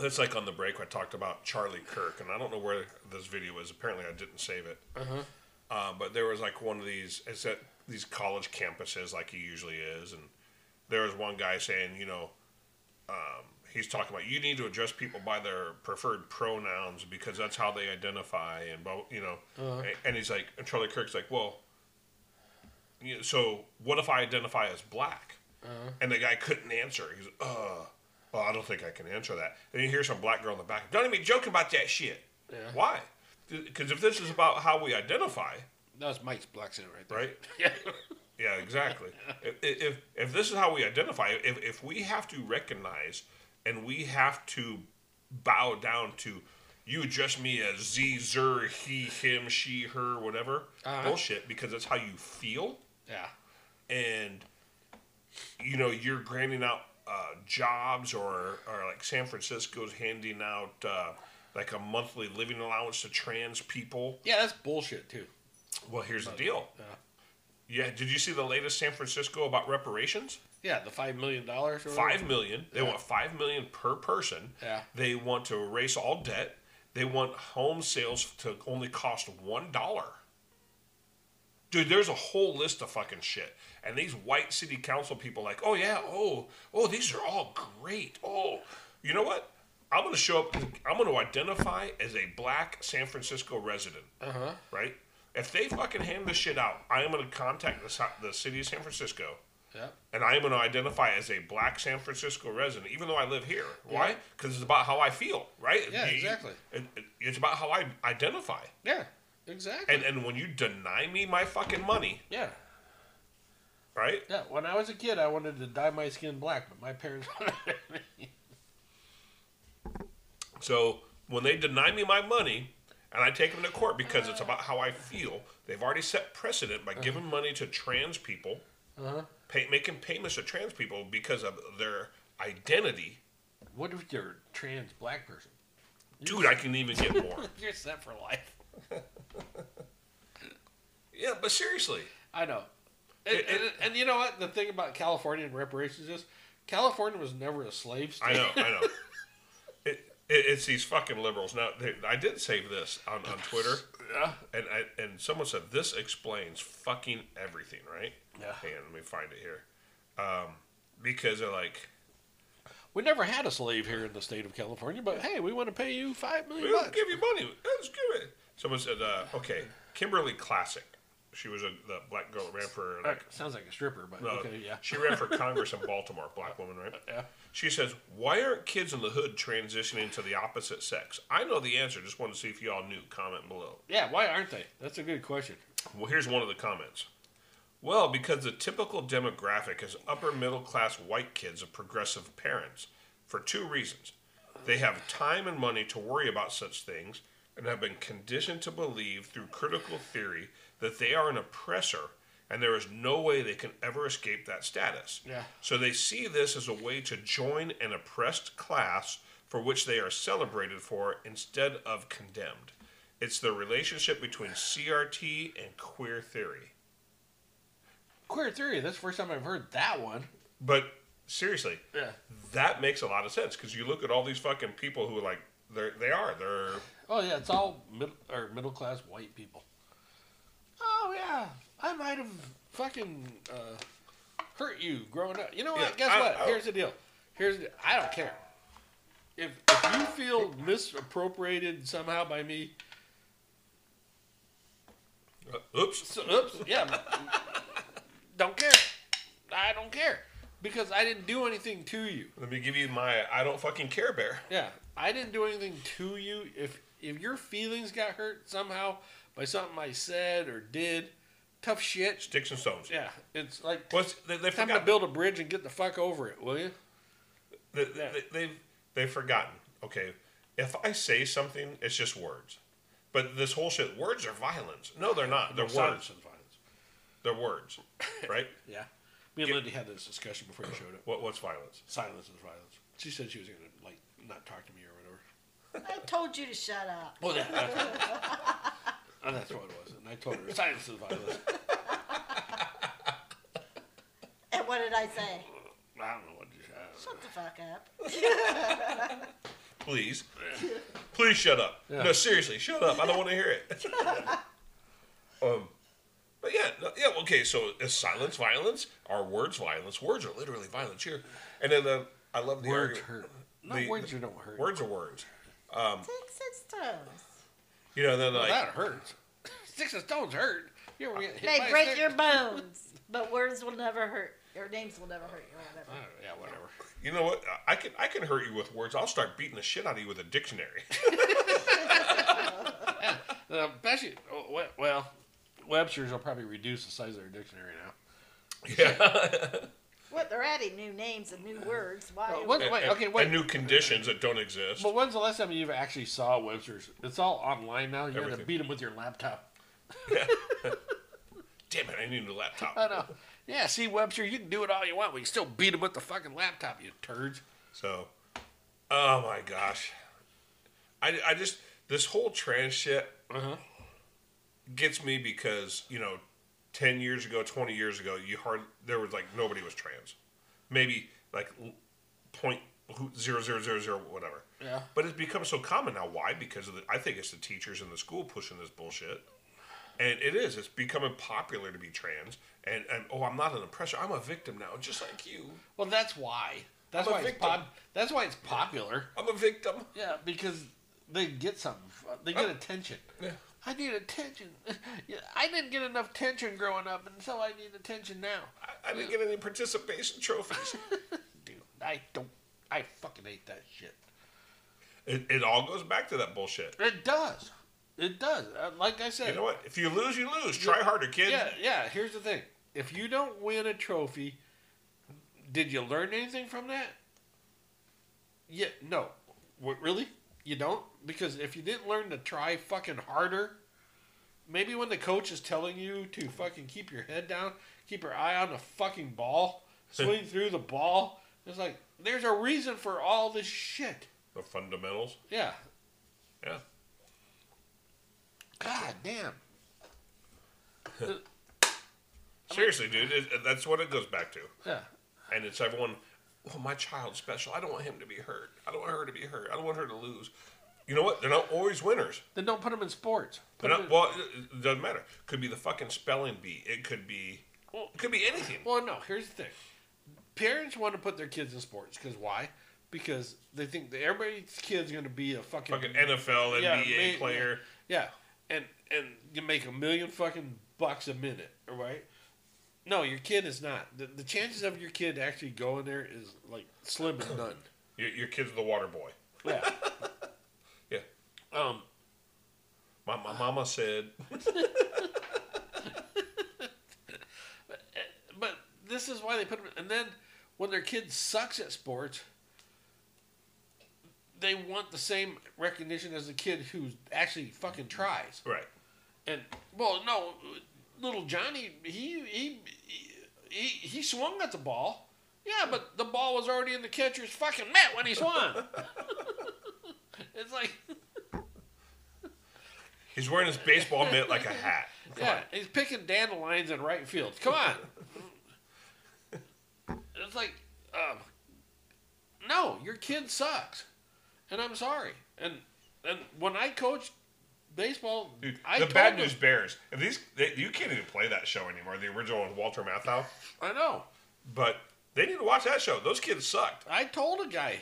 that's like on the break I talked about Charlie Kirk, and I don't know where this video is. Apparently, I didn't save it. Uh-huh. but there was like one of these. It's at these college campuses, like he usually is, and there was one guy saying, you know, um, he's talking about you need to address people by their preferred pronouns because that's how they identify, and blah- you know, A- and he's like, and Charlie Kirk's like, well, you know, so what if I identify as black? And the guy couldn't answer. He's, uh, well, I don't think I can answer that. And you hear some black girl in the back, don't even be joking about that shit. Yeah. Why? Because if this is about how we identify, That's Mike's black suit right there. right? Yeah. Yeah, exactly. if, if if this is how we identify, if if we have to recognize and we have to bow down to you address me as Z, zer, he, him, she, her, whatever Uh-huh. bullshit because that's how you feel Yeah. and you know you're granting out uh, jobs or or like San Francisco's handing out uh, like a monthly living allowance to trans people. Yeah, that's bullshit too. Well, here's the deal. Yeah. Yeah, did you see the latest San Francisco about reparations? Yeah, the five million dollars. or whatever. Five million. They want five million per person. Yeah. They want to erase all debt. They want home sales to only cost one dollar. Dude, there's a whole list of fucking shit. And these white city council people like, oh yeah, oh, oh, these are all great. Oh, you know what? I'm gonna show up. I'm gonna identify as a black San Francisco resident. Uh huh. Right. If they fucking hand this shit out, I am gonna contact the, si- the city of San Francisco Yep. and I am going to identify as a black San Francisco resident, even though I live here. Why? Because it's about how I feel, right? Yeah, You- you- exactly. it- it- it's about how I identify. Yeah. Exactly. And and when you deny me my fucking money, yeah. right? Yeah, when I was a kid, I wanted to dye my skin black, but my parents. So when they deny me my money, and I take them to court because it's about how I feel, they've already set precedent by giving Uh-huh. money to trans people, pay, making payments to trans people because of their identity. what if you're a trans black person? Dude, I can even get more. You're set for life. yeah, but seriously. I know. And, and, and you know what? The thing about California and reparations is California was never a slave state. I know, I know. It, it, it's these fucking liberals. Now, they, I did save this on, on Twitter, Yeah. and I, and someone said this explains fucking everything, right? Yeah. Hang on, let me find it here, um, because they're like, We never had a slave here in the state of California, but hey, we want to pay you five we million don't bucks. give you money, let's give it. Someone said, uh, okay, Kimberly Classic. She was a the black girl that ran for like Sounds like a stripper, but No, okay, yeah. She ran for Congress in Baltimore, black woman, right? Yeah. She says, Why aren't kids in the hood transitioning to the opposite sex? I know the answer. Just wanted to see if y'all knew. Comment below. Yeah, why aren't they? That's a good question. Well, here's one of the comments Well, because the typical demographic is upper middle class white kids of progressive parents for two reasons. They have time and money to worry about such things and have been conditioned to believe through critical theory that they are an oppressor and there is no way they can ever escape that status. Yeah. So they see this as a way to join an oppressed class for which they are celebrated for instead of condemned. It's the relationship between CRT and queer theory. Queer theory. That's the first time I've heard that one. But seriously, Yeah. that makes a lot of sense because you look at all these fucking people who are like they're they are they're Oh yeah, it's all middle or middle class white people. Oh yeah, I might have fucking uh, hurt you growing up. You know what? Yeah, Guess I- what? I- Here's the deal. Here's the, I don't care. If, if you feel misappropriated somehow by me, uh, oops. so, oops, yeah, don't care. I don't care because I didn't do anything to you. Let me give you my I don't fucking care bear. Yeah, I didn't do anything to you. If if your feelings got hurt somehow by something I said or did, tough shit. Sticks and stones. Yeah, it's like What's they, they time forgot to build a bridge and get the fuck over it, will you? They, they, they've they've forgotten. Okay, if I say something, it's just words. But this whole shit, words are violence. No, they're not. They're words. They're words, right? Yeah, me and Lindy had this discussion before you showed up. What what's violence? Silence is violence. She said she was gonna like not talk to me or whatever. I told you to shut up. Oh yeah, that's what it was. and that's what it was. And I told her silence is violence. And what did I say? I don't know what you said. Shut the fuck up. Please, please shut up. Yeah. No, seriously, shut up. I don't want to hear it. um, but yeah, no, yeah. Okay, so is silence violence? Are words violence? Words are literally violence here. And then uh, I love the Words argument- hurt. the- No words you don't hurt. Words are words. Um, Take six toes. You know, then like that hurts. Sticks and stones hurt. You ever get hit by They a break stick? your bones, but words will never hurt. Your names will never hurt you or whatever. Oh, yeah, whatever. You know what? I can I can hurt you with words. I'll start beating the shit out of you with a dictionary. Uh, Bessie, oh, we- well, Webster's will probably reduce the size of their dictionary now. yeah. What? They're adding new names and new words. Why? Uh, what- wait, And- okay, wait. And new conditions that don't exist. but when's the last time you even actually saw Webster's? It's all online now. You had to Everything. beat them with your laptop. Damn it! I need a new laptop. I know. Yeah, see, Webster, you can do it all you want, but you still beat them with the fucking laptop, you turds. So, oh my gosh, I, I just this whole trans shit gets me because you know, ten years ago, twenty years ago, you hard there was like nobody was trans, maybe like l- point who- zero zero zero zero whatever. Yeah. But it's become so common now. Why? Because of the, I think it's the teachers in the school pushing this bullshit. And it is. It's becoming popular to be trans. And, and oh, I'm not an oppressor. I'm a victim now, just like you. Well, that's why. That's I'm a why it's victim. pop. That's why it's popular. I'm a victim. Yeah, because they get something. They get attention. Oh. Yeah. I need attention. Yeah, I didn't get enough attention growing up, and so I need attention now. I didn't get any participation trophies. Dude, I don't. I fucking hate that shit. it, it all goes back to that bullshit. It does. It does. Uh, Like I said. You know what? If you lose, you lose. Try harder, kid. Yeah, yeah. Here's the thing. If you don't win a trophy, did you learn anything from that? Yeah. No. What, really? You don't? Because if you didn't learn to try fucking harder, maybe when the coach is telling you to fucking keep your head down, keep your eye on the fucking ball, swing through the ball, it's like there's a reason for all this shit. The fundamentals. Yeah. Yeah. God damn. Seriously, dude, it, it- that's what it goes back to. Yeah. And it's everyone. Oh, my child's special. I don't want him to be hurt. I don't want her to be hurt. I don't want her to lose. You know what? They're not always winners. Then don't put them in sports. Put They're 'em not, in- well, it- it doesn't matter. Could be the fucking spelling bee. It could be. It could be anything. Well, no. Here's the thing: parents want to put their kids in sports because why? Because they think that everybody's kid's going to be a fucking Fucking NFL, Yeah, NBA ma- player. Yeah, and and you make a million fucking bucks a minute, all right? No, your kid is not. The, the chances of your kid actually going there is like slim and none. Your, your kid's the water boy. Yeah. Yeah. Um. My, my mama said. this is why they put them. And then when their kid sucks at sports, they want the same recognition as the kid who actually fucking tries. Right. And well, no, little Johnny, he he he, he swung at the ball. Yeah, but the ball was already in the catcher's fucking mitt when he swung. it's like, He's wearing his baseball mitt like a hat. yeah, he's picking dandelions in right field. Come on. it's like, um, no, your kid sucks, and I'm sorry. And and when I coached baseball, Dude, I the told Bad them- News Bears. If these, they, you can't even play that show anymore. The original one, Walter Matthau. I know. But they need to watch that show. Those kids sucked. I told a guy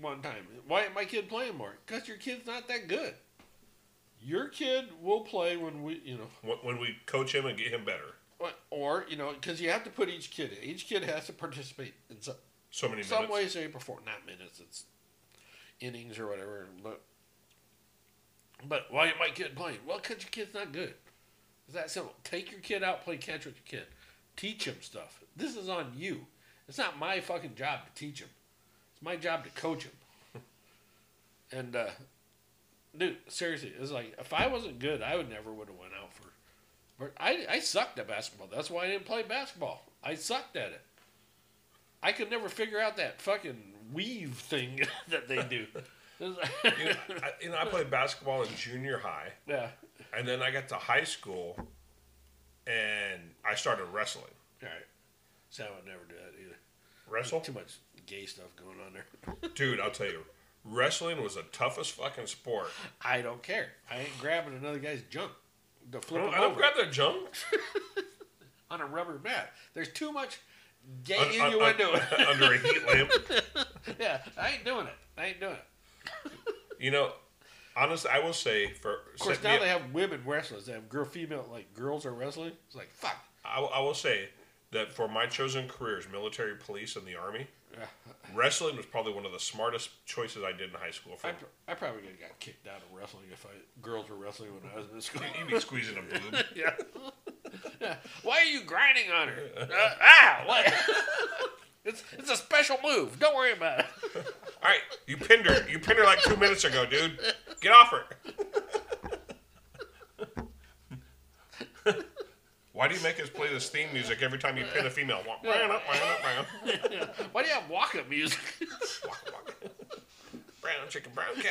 one time, why ain't my kid playing more? Because your kid's not that good. Your kid will play when we, you know, When- When we coach him and get him better, what- or, you know, because you have to put each kid in. Each kid has to participate in some, so many some minutes. way, shape, or form. Not minutes, it's innings or whatever. But, but why ain't my kid playing? Well, because your kid's not good. It's that simple. Take your kid out, play catch with your kid. Teach him stuff. This is on you. It's not my fucking job to teach him. It's my job to coach him. and uh, dude, seriously, it's like if I wasn't good, I would never would have went out for. But I I sucked at basketball. That's why I didn't play basketball. I sucked at it. I could never figure out that fucking weave thing that they do. You know, I, you know, I played basketball in junior high, yeah. and then I got to high school, and I started wrestling. All right. So I would never do that either. Wrestle, Too much gay stuff going on there. dude. I'll tell you, wrestling was the toughest fucking sport. I don't care. I ain't grabbing another guy's junk to I flip don't, him I don't over grab their junk. on a rubber mat. There's too much gay Un- un- un- innuendo. under a heat lamp. yeah, I ain't doing it. I ain't doing it. You know, honestly, I will say for Of course, now they have women wrestlers. They have girl, female, like girls are wrestling. It's like fuck. I, will- I will say that for my chosen careers, military, police, and the army, wrestling was probably one of the smartest choices I did in high school. For I, pr- I probably could have got kicked out of wrestling if I girls were wrestling when I was in school. you'd be squeezing a boob. Why are you grinding on her? Uh, ah, what? it's it's a special move. Don't worry about it. All right, you pinned her. You pinned her like two minutes ago, dude. Get off her. Why do you make us play this theme music every time you pin a female? Wah, wah, wah, wah, wah. Why do you have walk-up music? Brown chicken, brown cow.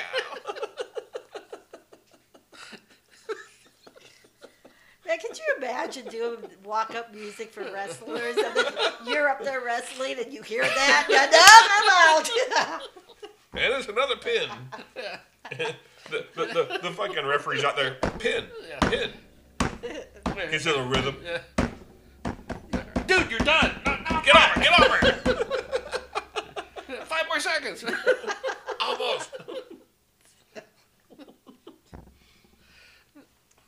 Now, could you imagine doing walk-up music for wrestlers, and then you're up there wrestling, and you hear that? No, no, no, no. And there's another pin. the, the, the, the fucking referee's out there. Pin. Pin. Gets in the rhythm. Dude, you're done. No, no, Get over. Get over. five more seconds. Almost.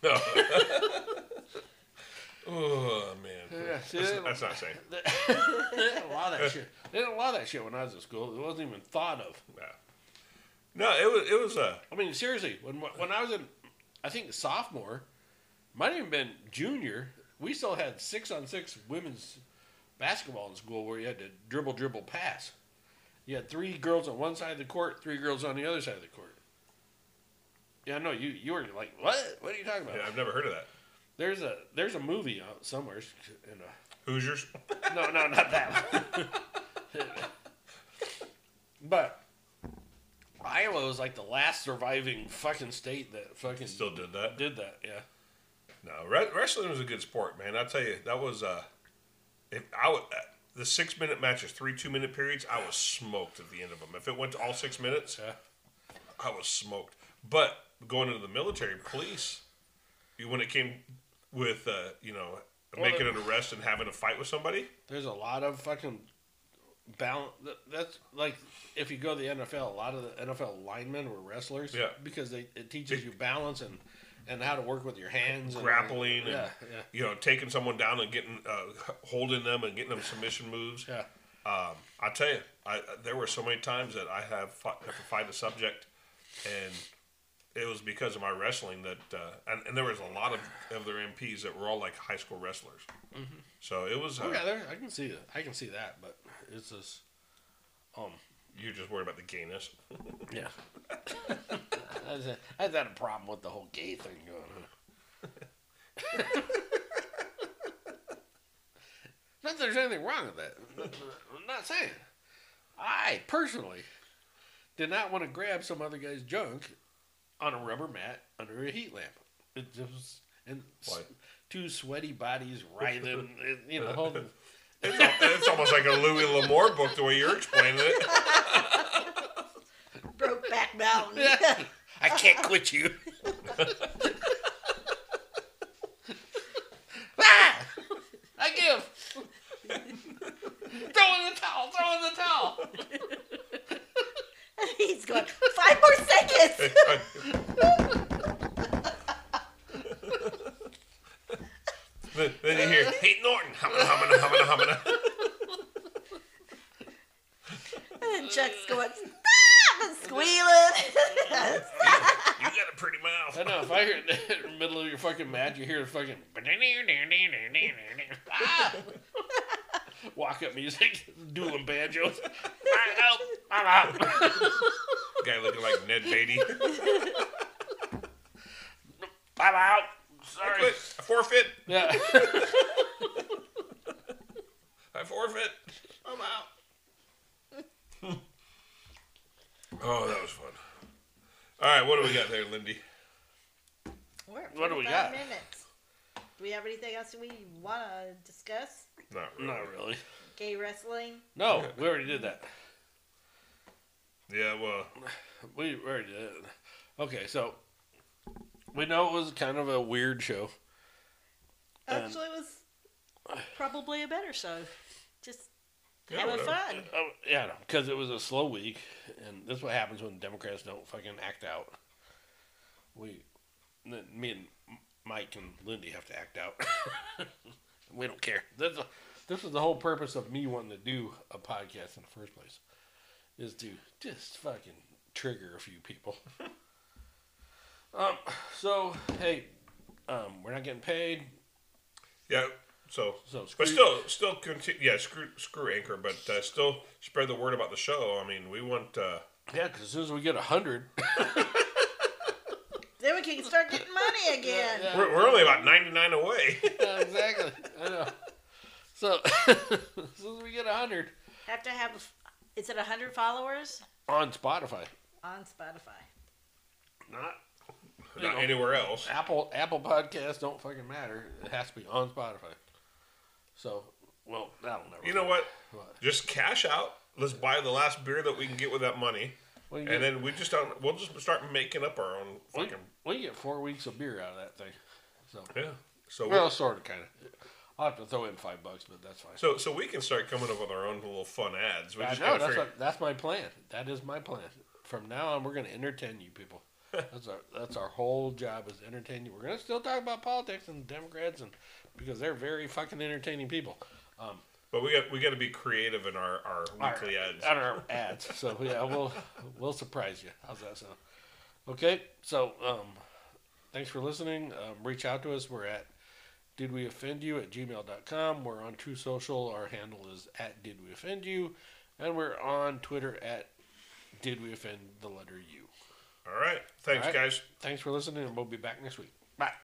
No. oh, man. yeah, see, That's, they, that's not safe. they didn't allow that shit. They didn't allow that shit when I was in school. It wasn't even thought of. No. No, it was it was uh, a I mean, seriously, when when I was in, I think sophomore, might have even been junior. We still had six on six women's basketball in school where you had to dribble, dribble, pass. You had three girls on one side of the court, three girls on the other side of the court. Yeah, no, you you were like, what? What are you talking about? yeah, I've never heard of that. There's a there's a movie out somewhere. In a, Hoosiers. no, no, not that one. but Iowa was like the last surviving fucking state that fucking Still did that. did that. Yeah. No, re- wrestling was a good sport, man. I tell you, that was uh, if I would, uh, the six minute matches, three two minute periods, I was smoked at the end of them. If it went to all six minutes, Yeah. I was smoked. But going into the military, police, you- when it came with uh, you know making an arrest and having a fight with somebody, There's a lot of fucking balance. That's like if you go to the NFL, a lot of the NFL linemen were wrestlers. Yeah. Because they, it teaches you balance and and how to work with your hands. grappling and And, yeah, yeah, you know taking someone down and getting uh, holding them and getting them submission moves. yeah. Um, I tell you, I, there were so many times that I have fought, have to fight a subject, and it was because of my wrestling that, uh, and, and there was a lot of other MPs that were all like high school wrestlers. So it was. Uh, Mm-hmm. Okay, there, I can see that. I can see that, but it's just, um, You're just worried about the gayness. yeah. I just- I had a problem with the whole gay thing going on. not that there's anything wrong with that. I'm not saying. I personally did not want to grab some other guy's junk on a rubber mat under a heat lamp. It just and s- Why? two sweaty bodies writhing, and, you know, holding. It's, al- it's almost like a Louis L'Amour book the way you're explaining it. Broke back mountain. I can't quit you. ah! I give. throw in the towel. Throw in the towel. He's going, five more seconds. then then you hear Pete Norton humming, humming, humming, humming. And Chuck's going, stop and squealing. You got a pretty I mouth. know. If I hear it in the middle of your fucking match, you hear the fucking Ah! walk up music, dueling banjos. I'm out. I'm out. Guy looking like Ned Beatty. I'm out. Sorry. Quit. I forfeit. Yeah. I forfeit. I'm out. oh, that was fun. All right, what do we got there, Lindy? We're at What do we 45 got? Minutes. Do we have anything else we want to discuss? Not really. Not really. Gay wrestling. No, we already did that. Yeah, well, We already did. it. Okay, so we know it was kind of a weird show. And- Actually, it was probably a better show. Just Yeah, having whatever. fun. Oh, yeah, because it was a slow week, and that's what happens when Democrats don't fucking act out. We, n- me and M- Mike and Lindy have to act out. we don't care. That's a, this is the whole purpose of me wanting to do a podcast in the first place, is to just fucking trigger a few people. um. So hey, um, we're not getting paid. yeah. So, So screw but still, still continue. Yeah, screw, screw anchor, but uh, still spread the word about the show. I mean, we want. Uh, Yeah, because as soon as we get a hundred, Then we can start getting money again. we're, we're only about ninety nine away. Yeah, exactly. I know. So as soon as we get hundred Have to have, is it 100 followers on Spotify, on Spotify? not Not anywhere else. Apple Apple Podcasts don't fucking matter. It has to be on Spotify. So well, that'll never. You know what? What? Just cash out. Let's buy the last beer that we can get with that money, What do you and get? then we just don't. We'll just start making up our own we, fucking. we get four weeks of beer out of that thing. So Yeah. So well, we, sort of, kind of. I'll have to throw in five bucks, but that's fine. so so we can start coming up with our own little fun ads. We I just know gotta that's figure- what, that's my plan. That is my plan. From now on, we're going to entertain you people. That's our that's our whole job is entertain you. We're going to still talk about politics and Democrats and because they're very fucking entertaining people. Um, But we got we got to be creative in our our weekly our- ads. on our ads. So yeah, we'll we'll surprise you. How's that sound? Okay, so um, thanks for listening. Um, reach out to us. We're at did we offend you at gmail.com. We're on True Social. Our handle is at did we offend you, and we're on Twitter at did we offend the letter U. All right. Thanks, All right. guys. Thanks for listening, and we'll be back next week.